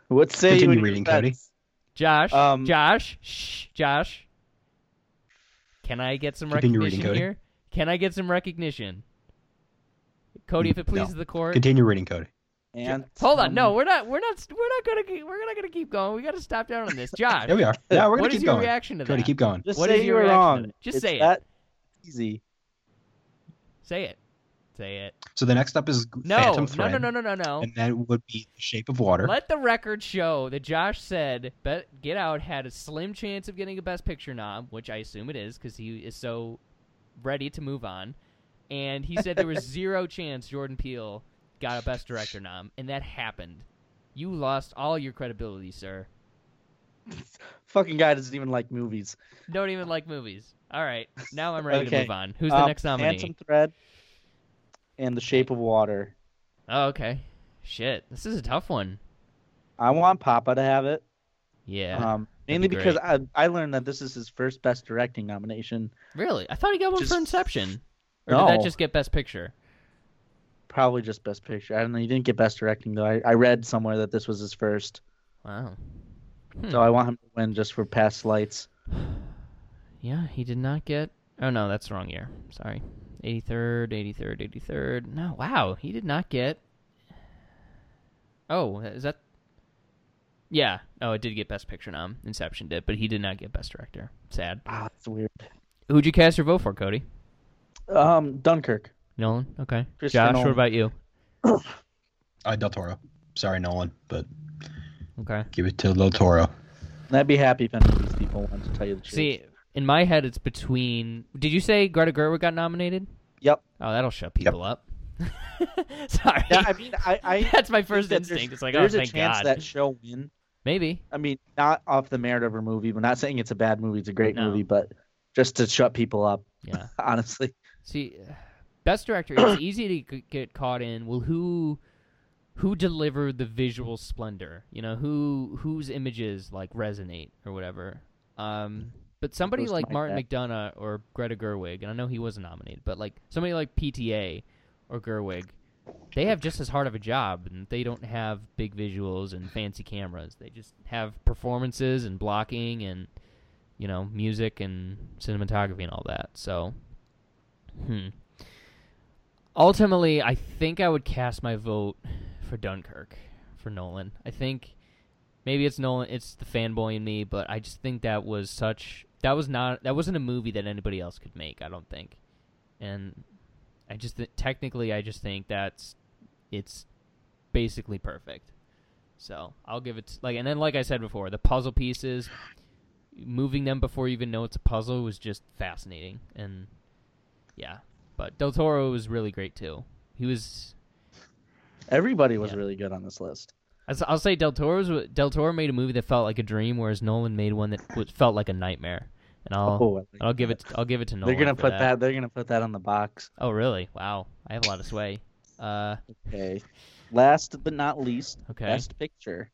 [SPEAKER 3] What say you
[SPEAKER 4] Continue
[SPEAKER 3] in your
[SPEAKER 4] reading, Cody.
[SPEAKER 3] bets?
[SPEAKER 2] Josh.
[SPEAKER 3] Um,
[SPEAKER 2] Josh. Shh. Josh. Can I get some
[SPEAKER 4] Continue
[SPEAKER 2] recognition
[SPEAKER 4] reading, Cody.
[SPEAKER 2] here? Can I get some recognition? Cody, if it
[SPEAKER 4] No.
[SPEAKER 2] pleases the court.
[SPEAKER 4] Continue reading, Cody.
[SPEAKER 3] And
[SPEAKER 2] Hold on,
[SPEAKER 4] Um,
[SPEAKER 2] no, we're not, we're not, we're not gonna, keep, we're not gonna keep going. We gotta stop down
[SPEAKER 4] (laughs)
[SPEAKER 2] on this, Josh.
[SPEAKER 4] There we are. Yeah, we're gonna
[SPEAKER 2] what is
[SPEAKER 4] keep
[SPEAKER 2] your
[SPEAKER 4] going.
[SPEAKER 2] reaction to
[SPEAKER 4] Cody,
[SPEAKER 2] that?
[SPEAKER 4] keep going.
[SPEAKER 3] Just
[SPEAKER 2] What
[SPEAKER 3] say
[SPEAKER 2] is
[SPEAKER 3] you
[SPEAKER 2] your
[SPEAKER 3] were
[SPEAKER 2] reaction to
[SPEAKER 3] wrong.
[SPEAKER 2] that? Just
[SPEAKER 3] It's
[SPEAKER 2] say it.
[SPEAKER 3] that Easy.
[SPEAKER 2] Say it, say it.
[SPEAKER 4] So the next up is
[SPEAKER 2] No,
[SPEAKER 4] Phantom
[SPEAKER 2] no,
[SPEAKER 4] Thread,
[SPEAKER 2] no, no, no, no, no.
[SPEAKER 4] and that would be The Shape of Water.
[SPEAKER 2] Let the record show that Josh said Bet Get Out had a slim chance of getting a Best Picture nom, which I assume it is because he is so ready to move on. And he said there
[SPEAKER 4] (laughs)
[SPEAKER 2] was zero chance Jordan Peele got a Best Director nom, and that happened. You lost all your credibility, sir.
[SPEAKER 3] Fucking guy doesn't even like movies.
[SPEAKER 2] Don't even like movies. All right, now I'm ready to
[SPEAKER 3] Okay.
[SPEAKER 2] move on. Who's the
[SPEAKER 3] Um,
[SPEAKER 2] next nominee?
[SPEAKER 3] Phantom Thread and The Shape of Water.
[SPEAKER 2] Oh, okay. Shit, this is a tough one.
[SPEAKER 3] I want Papa to have it.
[SPEAKER 2] Yeah,
[SPEAKER 3] Um, mainly
[SPEAKER 2] be
[SPEAKER 3] because I, I learned that this is his first Best Directing nomination.
[SPEAKER 2] really. I thought he got one
[SPEAKER 3] just-
[SPEAKER 2] for Inception, or did that
[SPEAKER 3] No.
[SPEAKER 2] just get Best Picture?
[SPEAKER 3] Probably just Best Picture. I don't know. He didn't get Best Directing though. I, I read somewhere that this was his first.
[SPEAKER 2] Wow.
[SPEAKER 3] So
[SPEAKER 2] Hmm.
[SPEAKER 3] I want him to win just for past lights.
[SPEAKER 2] Yeah, he did not get. Oh no, that's the wrong year. Sorry, eighty third, eighty third, eighty third. No, wow, he did not get. Oh, is that? Yeah. Oh, it did get Best Picture nom. Inception did, but he did not get Best Director. Sad.
[SPEAKER 3] Ah, that's weird.
[SPEAKER 2] Who'd you cast your vote for, Cody?
[SPEAKER 3] Um, Dunkirk.
[SPEAKER 2] Nolan. Okay.
[SPEAKER 3] Christopher
[SPEAKER 2] Josh,
[SPEAKER 3] Nolan.
[SPEAKER 2] what about you?
[SPEAKER 4] Uh, Del Toro. Sorry, Nolan, but
[SPEAKER 2] Okay.
[SPEAKER 4] give it to Del Toro.
[SPEAKER 3] And I'd be happy if any of these people wanted to tell you the truth.
[SPEAKER 2] See, in my head, it's between. Did you say Greta Gerwig got nominated?
[SPEAKER 3] Yep.
[SPEAKER 2] Oh, that'll shut people up. (laughs) Sorry.
[SPEAKER 3] Yeah, I mean, I, I
[SPEAKER 2] That's my (laughs) first
[SPEAKER 3] think that there's-
[SPEAKER 2] instinct. It's like, oh,
[SPEAKER 3] there's a
[SPEAKER 2] thank
[SPEAKER 3] chance
[SPEAKER 2] God.
[SPEAKER 3] that she'll win.
[SPEAKER 2] Maybe.
[SPEAKER 3] I mean, not off the merit of her movie. We're not saying it's a bad movie; it's a great
[SPEAKER 2] No.
[SPEAKER 3] movie, but just to shut people up,
[SPEAKER 2] Yeah.
[SPEAKER 3] (laughs) honestly.
[SPEAKER 2] See, best director. It's easy to g- get caught in. Well, who, who delivered the visual splendor? You know, who whose images like resonate or whatever. Um, but somebody
[SPEAKER 3] Goes to
[SPEAKER 2] like
[SPEAKER 3] my
[SPEAKER 2] Martin
[SPEAKER 3] dad.
[SPEAKER 2] McDonough or Greta Gerwig, and I know he wasn't nominated, but like somebody like PTA or Gerwig, they have just as hard of a job, and they don't have big visuals and fancy cameras. They just have performances and blocking and you know music and cinematography and all that. So, hmm. Ultimately, I think I would cast my vote for Dunkirk for Nolan. I think maybe it's Nolan, it's the fanboy in me, but I just think that was such that was not that wasn't a movie that anybody else could make. I don't think, and I just th- technically I just think that's it's basically perfect. So I'll give it like and then like I said before, the puzzle pieces, moving them before you even know it's a puzzle was just fascinating and yeah. But Del Toro was really great too. He was
[SPEAKER 3] Everybody was
[SPEAKER 2] Yeah.
[SPEAKER 3] really good on this list.
[SPEAKER 2] I'll s- I'll say Del Toro's Del Toro made a movie that felt like a dream, whereas Nolan made one that was, felt like a nightmare. And I'll
[SPEAKER 3] Oh, I like
[SPEAKER 2] I'll give
[SPEAKER 3] that.
[SPEAKER 2] it I'll give it to Nolan.
[SPEAKER 3] they're gonna
[SPEAKER 2] for
[SPEAKER 3] put that. They're gonna put that on the box.
[SPEAKER 2] Oh really? Wow, I have a lot of sway. Uh,
[SPEAKER 3] Okay. Last but not least,
[SPEAKER 2] Okay.
[SPEAKER 3] best picture.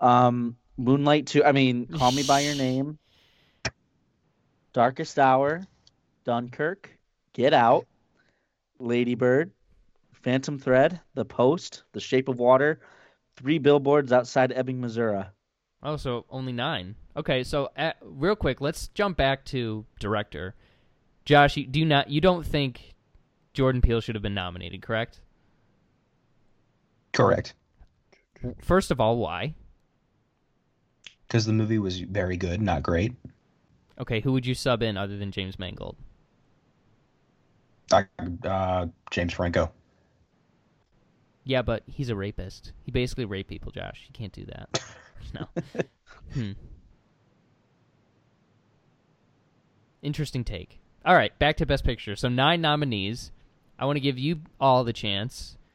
[SPEAKER 3] Um, Moonlight Two. I mean, Call Me by Your Name. Darkest Hour, Dunkirk, Get Out, Ladybird, Phantom Thread, The Post, The Shape of Water, Three Billboards Outside Ebbing, Missouri.
[SPEAKER 2] oh, so only nine. Okay, so uh real quick, let's jump back to director. Josh, you, do you not you don't think Jordan Peele should have been nominated, correct?
[SPEAKER 4] Correct.
[SPEAKER 2] First of all, why?
[SPEAKER 4] Because the movie was very good, not great.
[SPEAKER 2] Okay, who would you sub in other than James Mangold?
[SPEAKER 4] I, uh, James Franco.
[SPEAKER 2] Yeah, but he's a rapist. He basically raped people, Josh. You can't do that. No. hmm. Interesting take. All right, back to Best Picture. So nine nominees. I want to give you all the chance.
[SPEAKER 4] (laughs)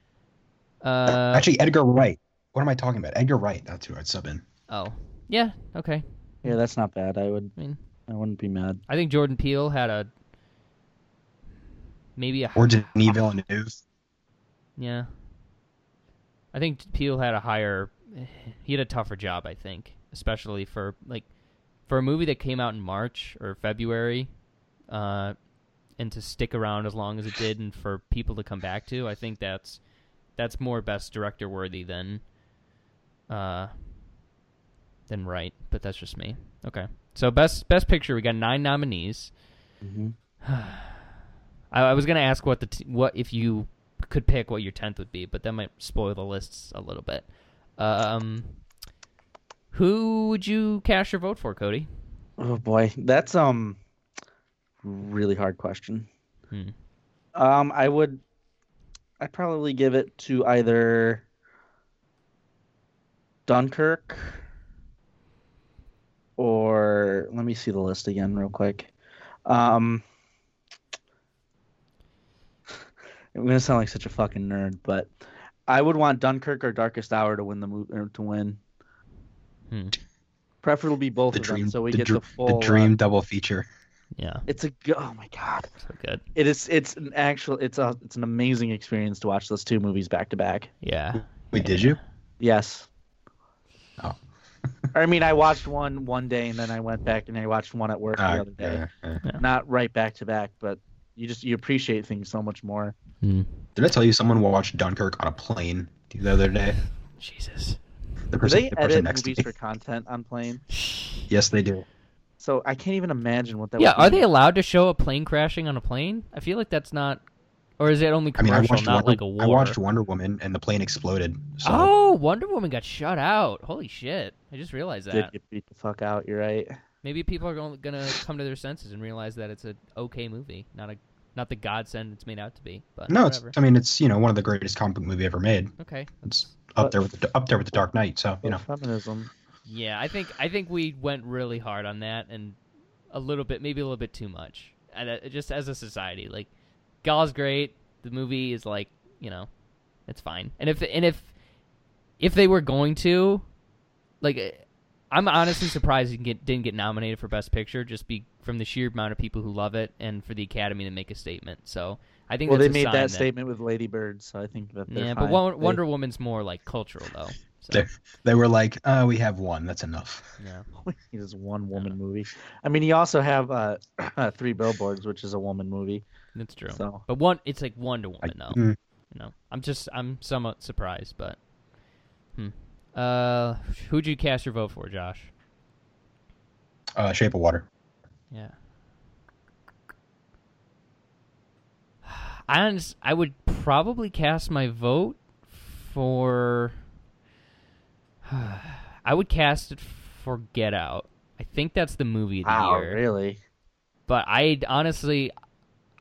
[SPEAKER 2] Uh,
[SPEAKER 4] Actually, Edgar Wright. What am I talking about? Edgar Wright. That's who I'd sub in.
[SPEAKER 2] oh, yeah. Okay.
[SPEAKER 3] Yeah, that's not bad. I would.
[SPEAKER 2] I mean,
[SPEAKER 3] I wouldn't be mad.
[SPEAKER 2] I think Jordan Peele had a maybe a
[SPEAKER 4] Or Denis Villeneuve.
[SPEAKER 2] Yeah. I think Peele had a higher he had a tougher job, I think, especially for like for a movie that came out in March or February uh and to stick around as long as it did and for people to come back to, I think that's that's more best director worthy than uh than right, but that's just me. Okay. So best best picture, we got 9 nominees.
[SPEAKER 3] Mhm.
[SPEAKER 2] I, I was gonna ask what the t- what if you could pick what your tenth would be, but that might spoil the lists a little bit. Um, who would you cast your vote for, Cody?
[SPEAKER 3] Oh boy, that's um really hard question.
[SPEAKER 2] Hmm.
[SPEAKER 3] Um, I would, I'd probably give it to either Dunkirk or let me see the list again real quick. Um, (laughs) I'm gonna sound like such a fucking nerd, but I would want Dunkirk or Darkest Hour to win the move or to win.
[SPEAKER 2] Hmm.
[SPEAKER 3] Preferably both
[SPEAKER 4] The
[SPEAKER 3] of
[SPEAKER 4] dream.
[SPEAKER 3] them, so we
[SPEAKER 4] the,
[SPEAKER 3] get
[SPEAKER 4] dr-
[SPEAKER 3] the full
[SPEAKER 4] the
[SPEAKER 3] uh,
[SPEAKER 4] dream double feature.
[SPEAKER 2] Yeah,
[SPEAKER 3] it's a go- oh my god.
[SPEAKER 2] so good.
[SPEAKER 3] It is. It's an actual. It's a. It's an amazing experience to watch those two movies back to back.
[SPEAKER 2] Yeah,
[SPEAKER 4] Wait, did you?
[SPEAKER 3] Yes.
[SPEAKER 4] Oh.
[SPEAKER 3] I mean, I watched one one day, and then I went back and I watched one at work the
[SPEAKER 4] Uh,
[SPEAKER 3] other day.
[SPEAKER 4] yeah, yeah.
[SPEAKER 3] Not right back to back, but you just you appreciate things so much more.
[SPEAKER 4] Did I tell you someone watched Dunkirk on a plane the other day?
[SPEAKER 2] Jesus.
[SPEAKER 3] Do
[SPEAKER 4] The person,
[SPEAKER 3] they
[SPEAKER 4] the person
[SPEAKER 3] edit
[SPEAKER 4] next to
[SPEAKER 3] movies
[SPEAKER 4] me.
[SPEAKER 3] for content on plane?
[SPEAKER 4] Yes, they do.
[SPEAKER 3] So I can't even imagine what that.
[SPEAKER 2] Yeah,
[SPEAKER 3] would be.
[SPEAKER 2] are they allowed to show a plane crashing on a plane? I feel like that's not, or is it only
[SPEAKER 4] I mean, I
[SPEAKER 2] commercial,
[SPEAKER 4] watched,
[SPEAKER 2] not
[SPEAKER 4] Wonder,
[SPEAKER 2] like a war?
[SPEAKER 4] I watched Wonder Woman, and the plane exploded. So
[SPEAKER 2] Oh, Wonder Woman got shut out. Holy shit! I just realized
[SPEAKER 3] Did
[SPEAKER 2] that.
[SPEAKER 3] get beat the fuck out. You're right.
[SPEAKER 2] Maybe people are going to come to their senses and realize that it's a okay movie, not a not the godsend it's made out to be. But
[SPEAKER 4] no, it's,
[SPEAKER 2] whatever.
[SPEAKER 4] I mean, it's you know one of the greatest comic book movie ever made.
[SPEAKER 2] okay.
[SPEAKER 4] It's up there with the, up there with the Dark Knight. So
[SPEAKER 3] (laughs)
[SPEAKER 4] you know,
[SPEAKER 3] Feminism.
[SPEAKER 2] Yeah, I think I think we went really hard on that and a little bit, maybe a little bit too much. And uh, just as a society, like Gau's great. The movie is like you know, it's fine. And if and if if they were going to, like, eh, I'm honestly surprised it get, didn't get nominated for Best Picture just be from the sheer amount of people who love it and for the Academy to make a statement. So I think
[SPEAKER 3] Well, they
[SPEAKER 2] that's a
[SPEAKER 3] made
[SPEAKER 2] sign
[SPEAKER 3] that, statement with Lady Bird, so I think that. they're
[SPEAKER 2] Yeah, but
[SPEAKER 3] fine.
[SPEAKER 2] Won-
[SPEAKER 3] They-
[SPEAKER 2] Wonder Woman's more like cultural though. So,
[SPEAKER 4] There. they were like, uh, "We have one. That's enough."
[SPEAKER 2] yeah.
[SPEAKER 3] (laughs) It is one woman movie. I mean, you also have uh, (clears throat) Three Billboards, which is a woman movie.
[SPEAKER 2] That's true.
[SPEAKER 3] So
[SPEAKER 2] But one, it's like Wonder Woman, though.
[SPEAKER 4] mm.
[SPEAKER 2] You know, I'm just, I'm somewhat surprised, but. Hmm. Uh, who'd you cast your vote for, Josh?
[SPEAKER 4] Uh, Shape of Water.
[SPEAKER 2] Yeah. (sighs) I honest, I would probably cast my vote for. (sighs) I would cast it for Get Out. I think that's the movie of the
[SPEAKER 3] Wow,
[SPEAKER 2] year.
[SPEAKER 3] really?
[SPEAKER 2] But I honestly,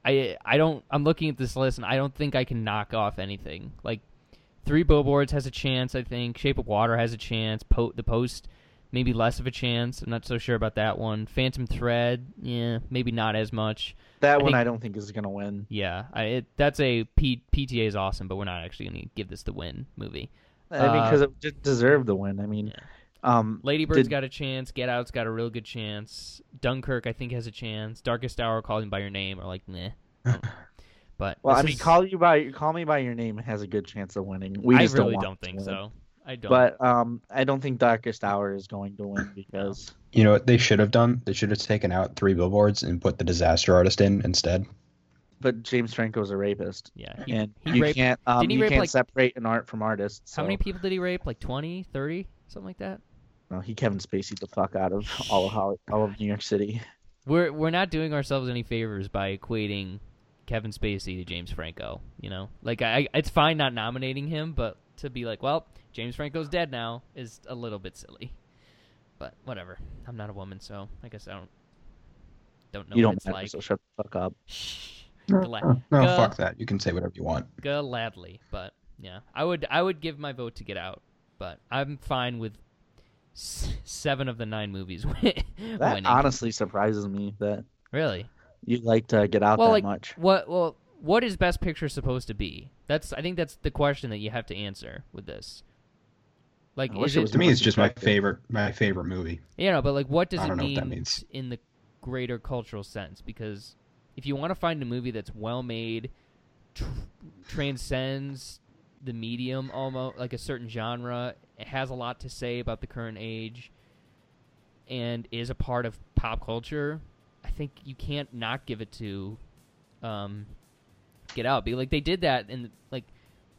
[SPEAKER 2] I I don't. I'm looking at this list and I don't think I can knock off anything. Like Three Billboards has a chance. I think Shape of Water has a chance. Po- the Post maybe less of a chance. I'm not so sure about that one. Phantom Thread, yeah, maybe not as much.
[SPEAKER 3] That
[SPEAKER 2] I
[SPEAKER 3] one
[SPEAKER 2] think-
[SPEAKER 3] I don't think is gonna win.
[SPEAKER 2] Yeah, I, it, that's a P, PTA is awesome, but we're not actually going to give this the win movie.
[SPEAKER 3] I mean,
[SPEAKER 2] Uh,
[SPEAKER 3] because it just deserved the win. I mean, um,
[SPEAKER 2] Ladybird's
[SPEAKER 3] Did-
[SPEAKER 2] got a chance. Get Out's got a real good chance. Dunkirk, I think, has a chance. Darkest Hour, Calling by Your Name, are like
[SPEAKER 3] (laughs)
[SPEAKER 2] meh. I don't know. But
[SPEAKER 3] well, I
[SPEAKER 2] this
[SPEAKER 3] mean,
[SPEAKER 2] is-
[SPEAKER 3] call you by call me by your name has a good chance of winning. We
[SPEAKER 2] I
[SPEAKER 3] just
[SPEAKER 2] really
[SPEAKER 3] don't, want
[SPEAKER 2] don't
[SPEAKER 3] it to
[SPEAKER 2] think
[SPEAKER 3] win.
[SPEAKER 2] so. I don't.
[SPEAKER 3] But um, I don't think Darkest Hour is going to win because
[SPEAKER 4] You know what they should have done? They should have taken out three billboards and put the disaster artist in instead.
[SPEAKER 3] but James Franco's a rapist,
[SPEAKER 2] yeah, he-
[SPEAKER 3] and
[SPEAKER 2] he
[SPEAKER 3] you
[SPEAKER 2] raped-
[SPEAKER 3] can't um,
[SPEAKER 2] didn't he
[SPEAKER 3] you
[SPEAKER 2] rape,
[SPEAKER 3] can't
[SPEAKER 2] like-
[SPEAKER 3] separate an art from artists.
[SPEAKER 2] how many
[SPEAKER 3] so,
[SPEAKER 2] people did he rape? Like 20, 30, something like that.
[SPEAKER 3] no, he Kevin Spacey the fuck out of all of Holly, all of New York City.
[SPEAKER 2] We're we're not doing ourselves any favors by equating Kevin Spacey to James Franco. You know, like I, I- it's fine not nominating him, but to be like, well, James Franco's dead now is a little bit silly. But whatever, I'm not a woman, so I guess I don't don't know
[SPEAKER 3] you
[SPEAKER 2] what
[SPEAKER 3] don't
[SPEAKER 2] it's
[SPEAKER 3] matter,
[SPEAKER 2] like.
[SPEAKER 3] so shut
[SPEAKER 2] (laughs)
[SPEAKER 3] the fuck up.
[SPEAKER 2] Shh,
[SPEAKER 4] No,
[SPEAKER 2] Gla-
[SPEAKER 4] no, no,
[SPEAKER 2] Gah.
[SPEAKER 4] fuck that. You can say whatever you want.
[SPEAKER 2] gladly, but yeah, I would I would give my vote to Get Out, but I'm fine with s- seven of the nine movies (laughs) win-
[SPEAKER 3] That
[SPEAKER 2] winning.
[SPEAKER 3] honestly surprises me that
[SPEAKER 2] really.
[SPEAKER 3] you like to get out
[SPEAKER 2] well,
[SPEAKER 3] that
[SPEAKER 2] like,
[SPEAKER 3] much.
[SPEAKER 2] What well what is best picture supposed to be? That's I think that's the question that you have to answer with this. Like
[SPEAKER 3] I wish
[SPEAKER 2] is
[SPEAKER 3] it
[SPEAKER 2] it,
[SPEAKER 3] was
[SPEAKER 4] To me,
[SPEAKER 3] more
[SPEAKER 4] it's just my
[SPEAKER 3] subjective.
[SPEAKER 4] favorite, my favorite movie.
[SPEAKER 2] you know, but like what does
[SPEAKER 4] I
[SPEAKER 2] it
[SPEAKER 4] don't know what
[SPEAKER 2] mean
[SPEAKER 4] that means.
[SPEAKER 2] in the greater cultural sense? Because if you want to find a movie that's well made, tr- transcends the medium almost like a certain genre, it has a lot to say about the current age, and is a part of pop culture. I think you can't not give it to um, Get Out. Be like they did that in like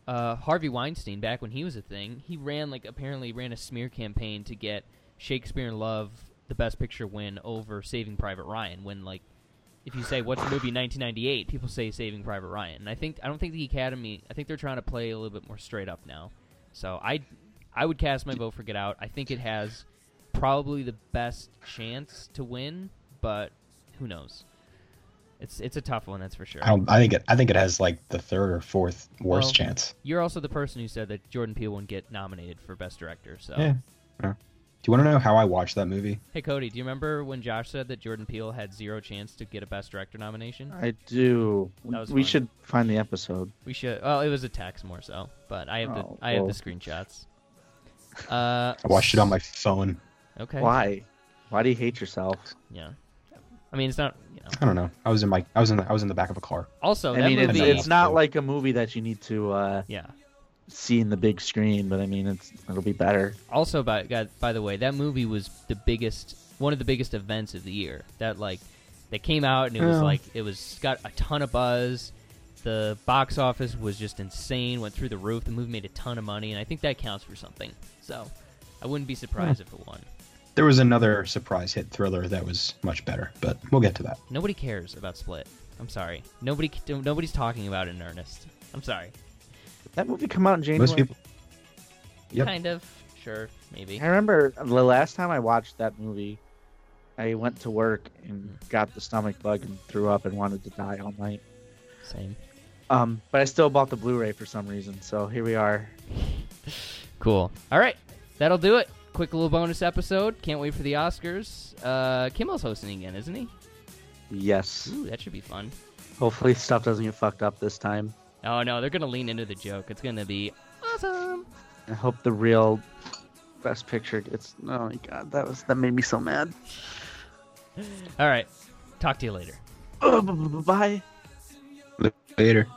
[SPEAKER 2] uh, Harvey Weinstein back when he was a thing. He ran like apparently ran a smear campaign to get Shakespeare in Love the Best Picture win over Saving Private Ryan. When like if you say what's the movie 1998, people say Saving Private Ryan. And I think I don't think the Academy. I think they're trying to play a little bit more straight up now. So I I would cast my vote for Get Out. I think it has probably the best chance to win, but who knows? It's it's a tough one, that's for sure.
[SPEAKER 4] I don't. I think it. I think it has like the third or fourth worst
[SPEAKER 2] Well,
[SPEAKER 4] chance.
[SPEAKER 2] You're also the person who said that Jordan Peele wouldn't get nominated for Best Director. So,
[SPEAKER 4] Yeah. Yeah. Do you want to know how I watched that movie?
[SPEAKER 2] hey Cody, do you remember when Josh said that Jordan Peele had zero chance to get a Best Director nomination?
[SPEAKER 3] I do.
[SPEAKER 2] That was
[SPEAKER 3] We
[SPEAKER 2] fun.
[SPEAKER 3] should find the episode.
[SPEAKER 2] We should. Well, it was a text more so, but I have the
[SPEAKER 3] Oh,
[SPEAKER 2] I have the
[SPEAKER 3] well.
[SPEAKER 4] (laughs)
[SPEAKER 2] screenshots. Uh,
[SPEAKER 4] I watched it on my phone.
[SPEAKER 2] Okay.
[SPEAKER 3] Why? Why do you hate yourself?
[SPEAKER 2] Yeah. I mean, it's not. You know.
[SPEAKER 4] I don't know. I was in my. I was in. The, I was in the back of a car.
[SPEAKER 2] Also,
[SPEAKER 3] I
[SPEAKER 2] Oh, that
[SPEAKER 3] mean, it's,
[SPEAKER 2] movie.
[SPEAKER 3] it's not like a movie that you need to uh,
[SPEAKER 2] yeah.
[SPEAKER 3] see in the big screen, but I mean, it's it'll be better.
[SPEAKER 2] also by God, by the way, that movie was the biggest one of the biggest events of the year. That like that came out and it was
[SPEAKER 4] Yeah.
[SPEAKER 2] like it was got a ton of buzz. The box office was just insane, went through the roof. The movie made a ton of money, and I think that counts for something. So I wouldn't be surprised if it won.
[SPEAKER 4] There was another surprise hit thriller that was much better, but we'll get to that.
[SPEAKER 2] Nobody cares about Split. I'm sorry. Nobody nobody's talking about it in earnest. I'm sorry.
[SPEAKER 3] Did That movie come out in January.
[SPEAKER 4] Most people. Yep.
[SPEAKER 2] Kind of. Sure. Maybe.
[SPEAKER 3] I remember the last time I watched that movie, I went to work and got the stomach bug and threw up and wanted to die all night.
[SPEAKER 2] Same.
[SPEAKER 3] Um, but I still bought the Blu-ray for some reason, so here we are.
[SPEAKER 2] Cool. All right, that'll do it. Quick little bonus episode. Can't wait for the Oscars. Uh, Kimmel's hosting again, isn't he?
[SPEAKER 3] Yes.
[SPEAKER 2] Ooh, that should be fun.
[SPEAKER 3] Hopefully, stuff doesn't get fucked up this time.
[SPEAKER 2] Oh no, they're gonna lean into the joke. It's gonna be awesome.
[SPEAKER 3] I hope the real best picture gets. Oh my god, that was that made me so mad.
[SPEAKER 2] All right, talk to you later.
[SPEAKER 3] Oh, b- b- b- bye.
[SPEAKER 4] Later.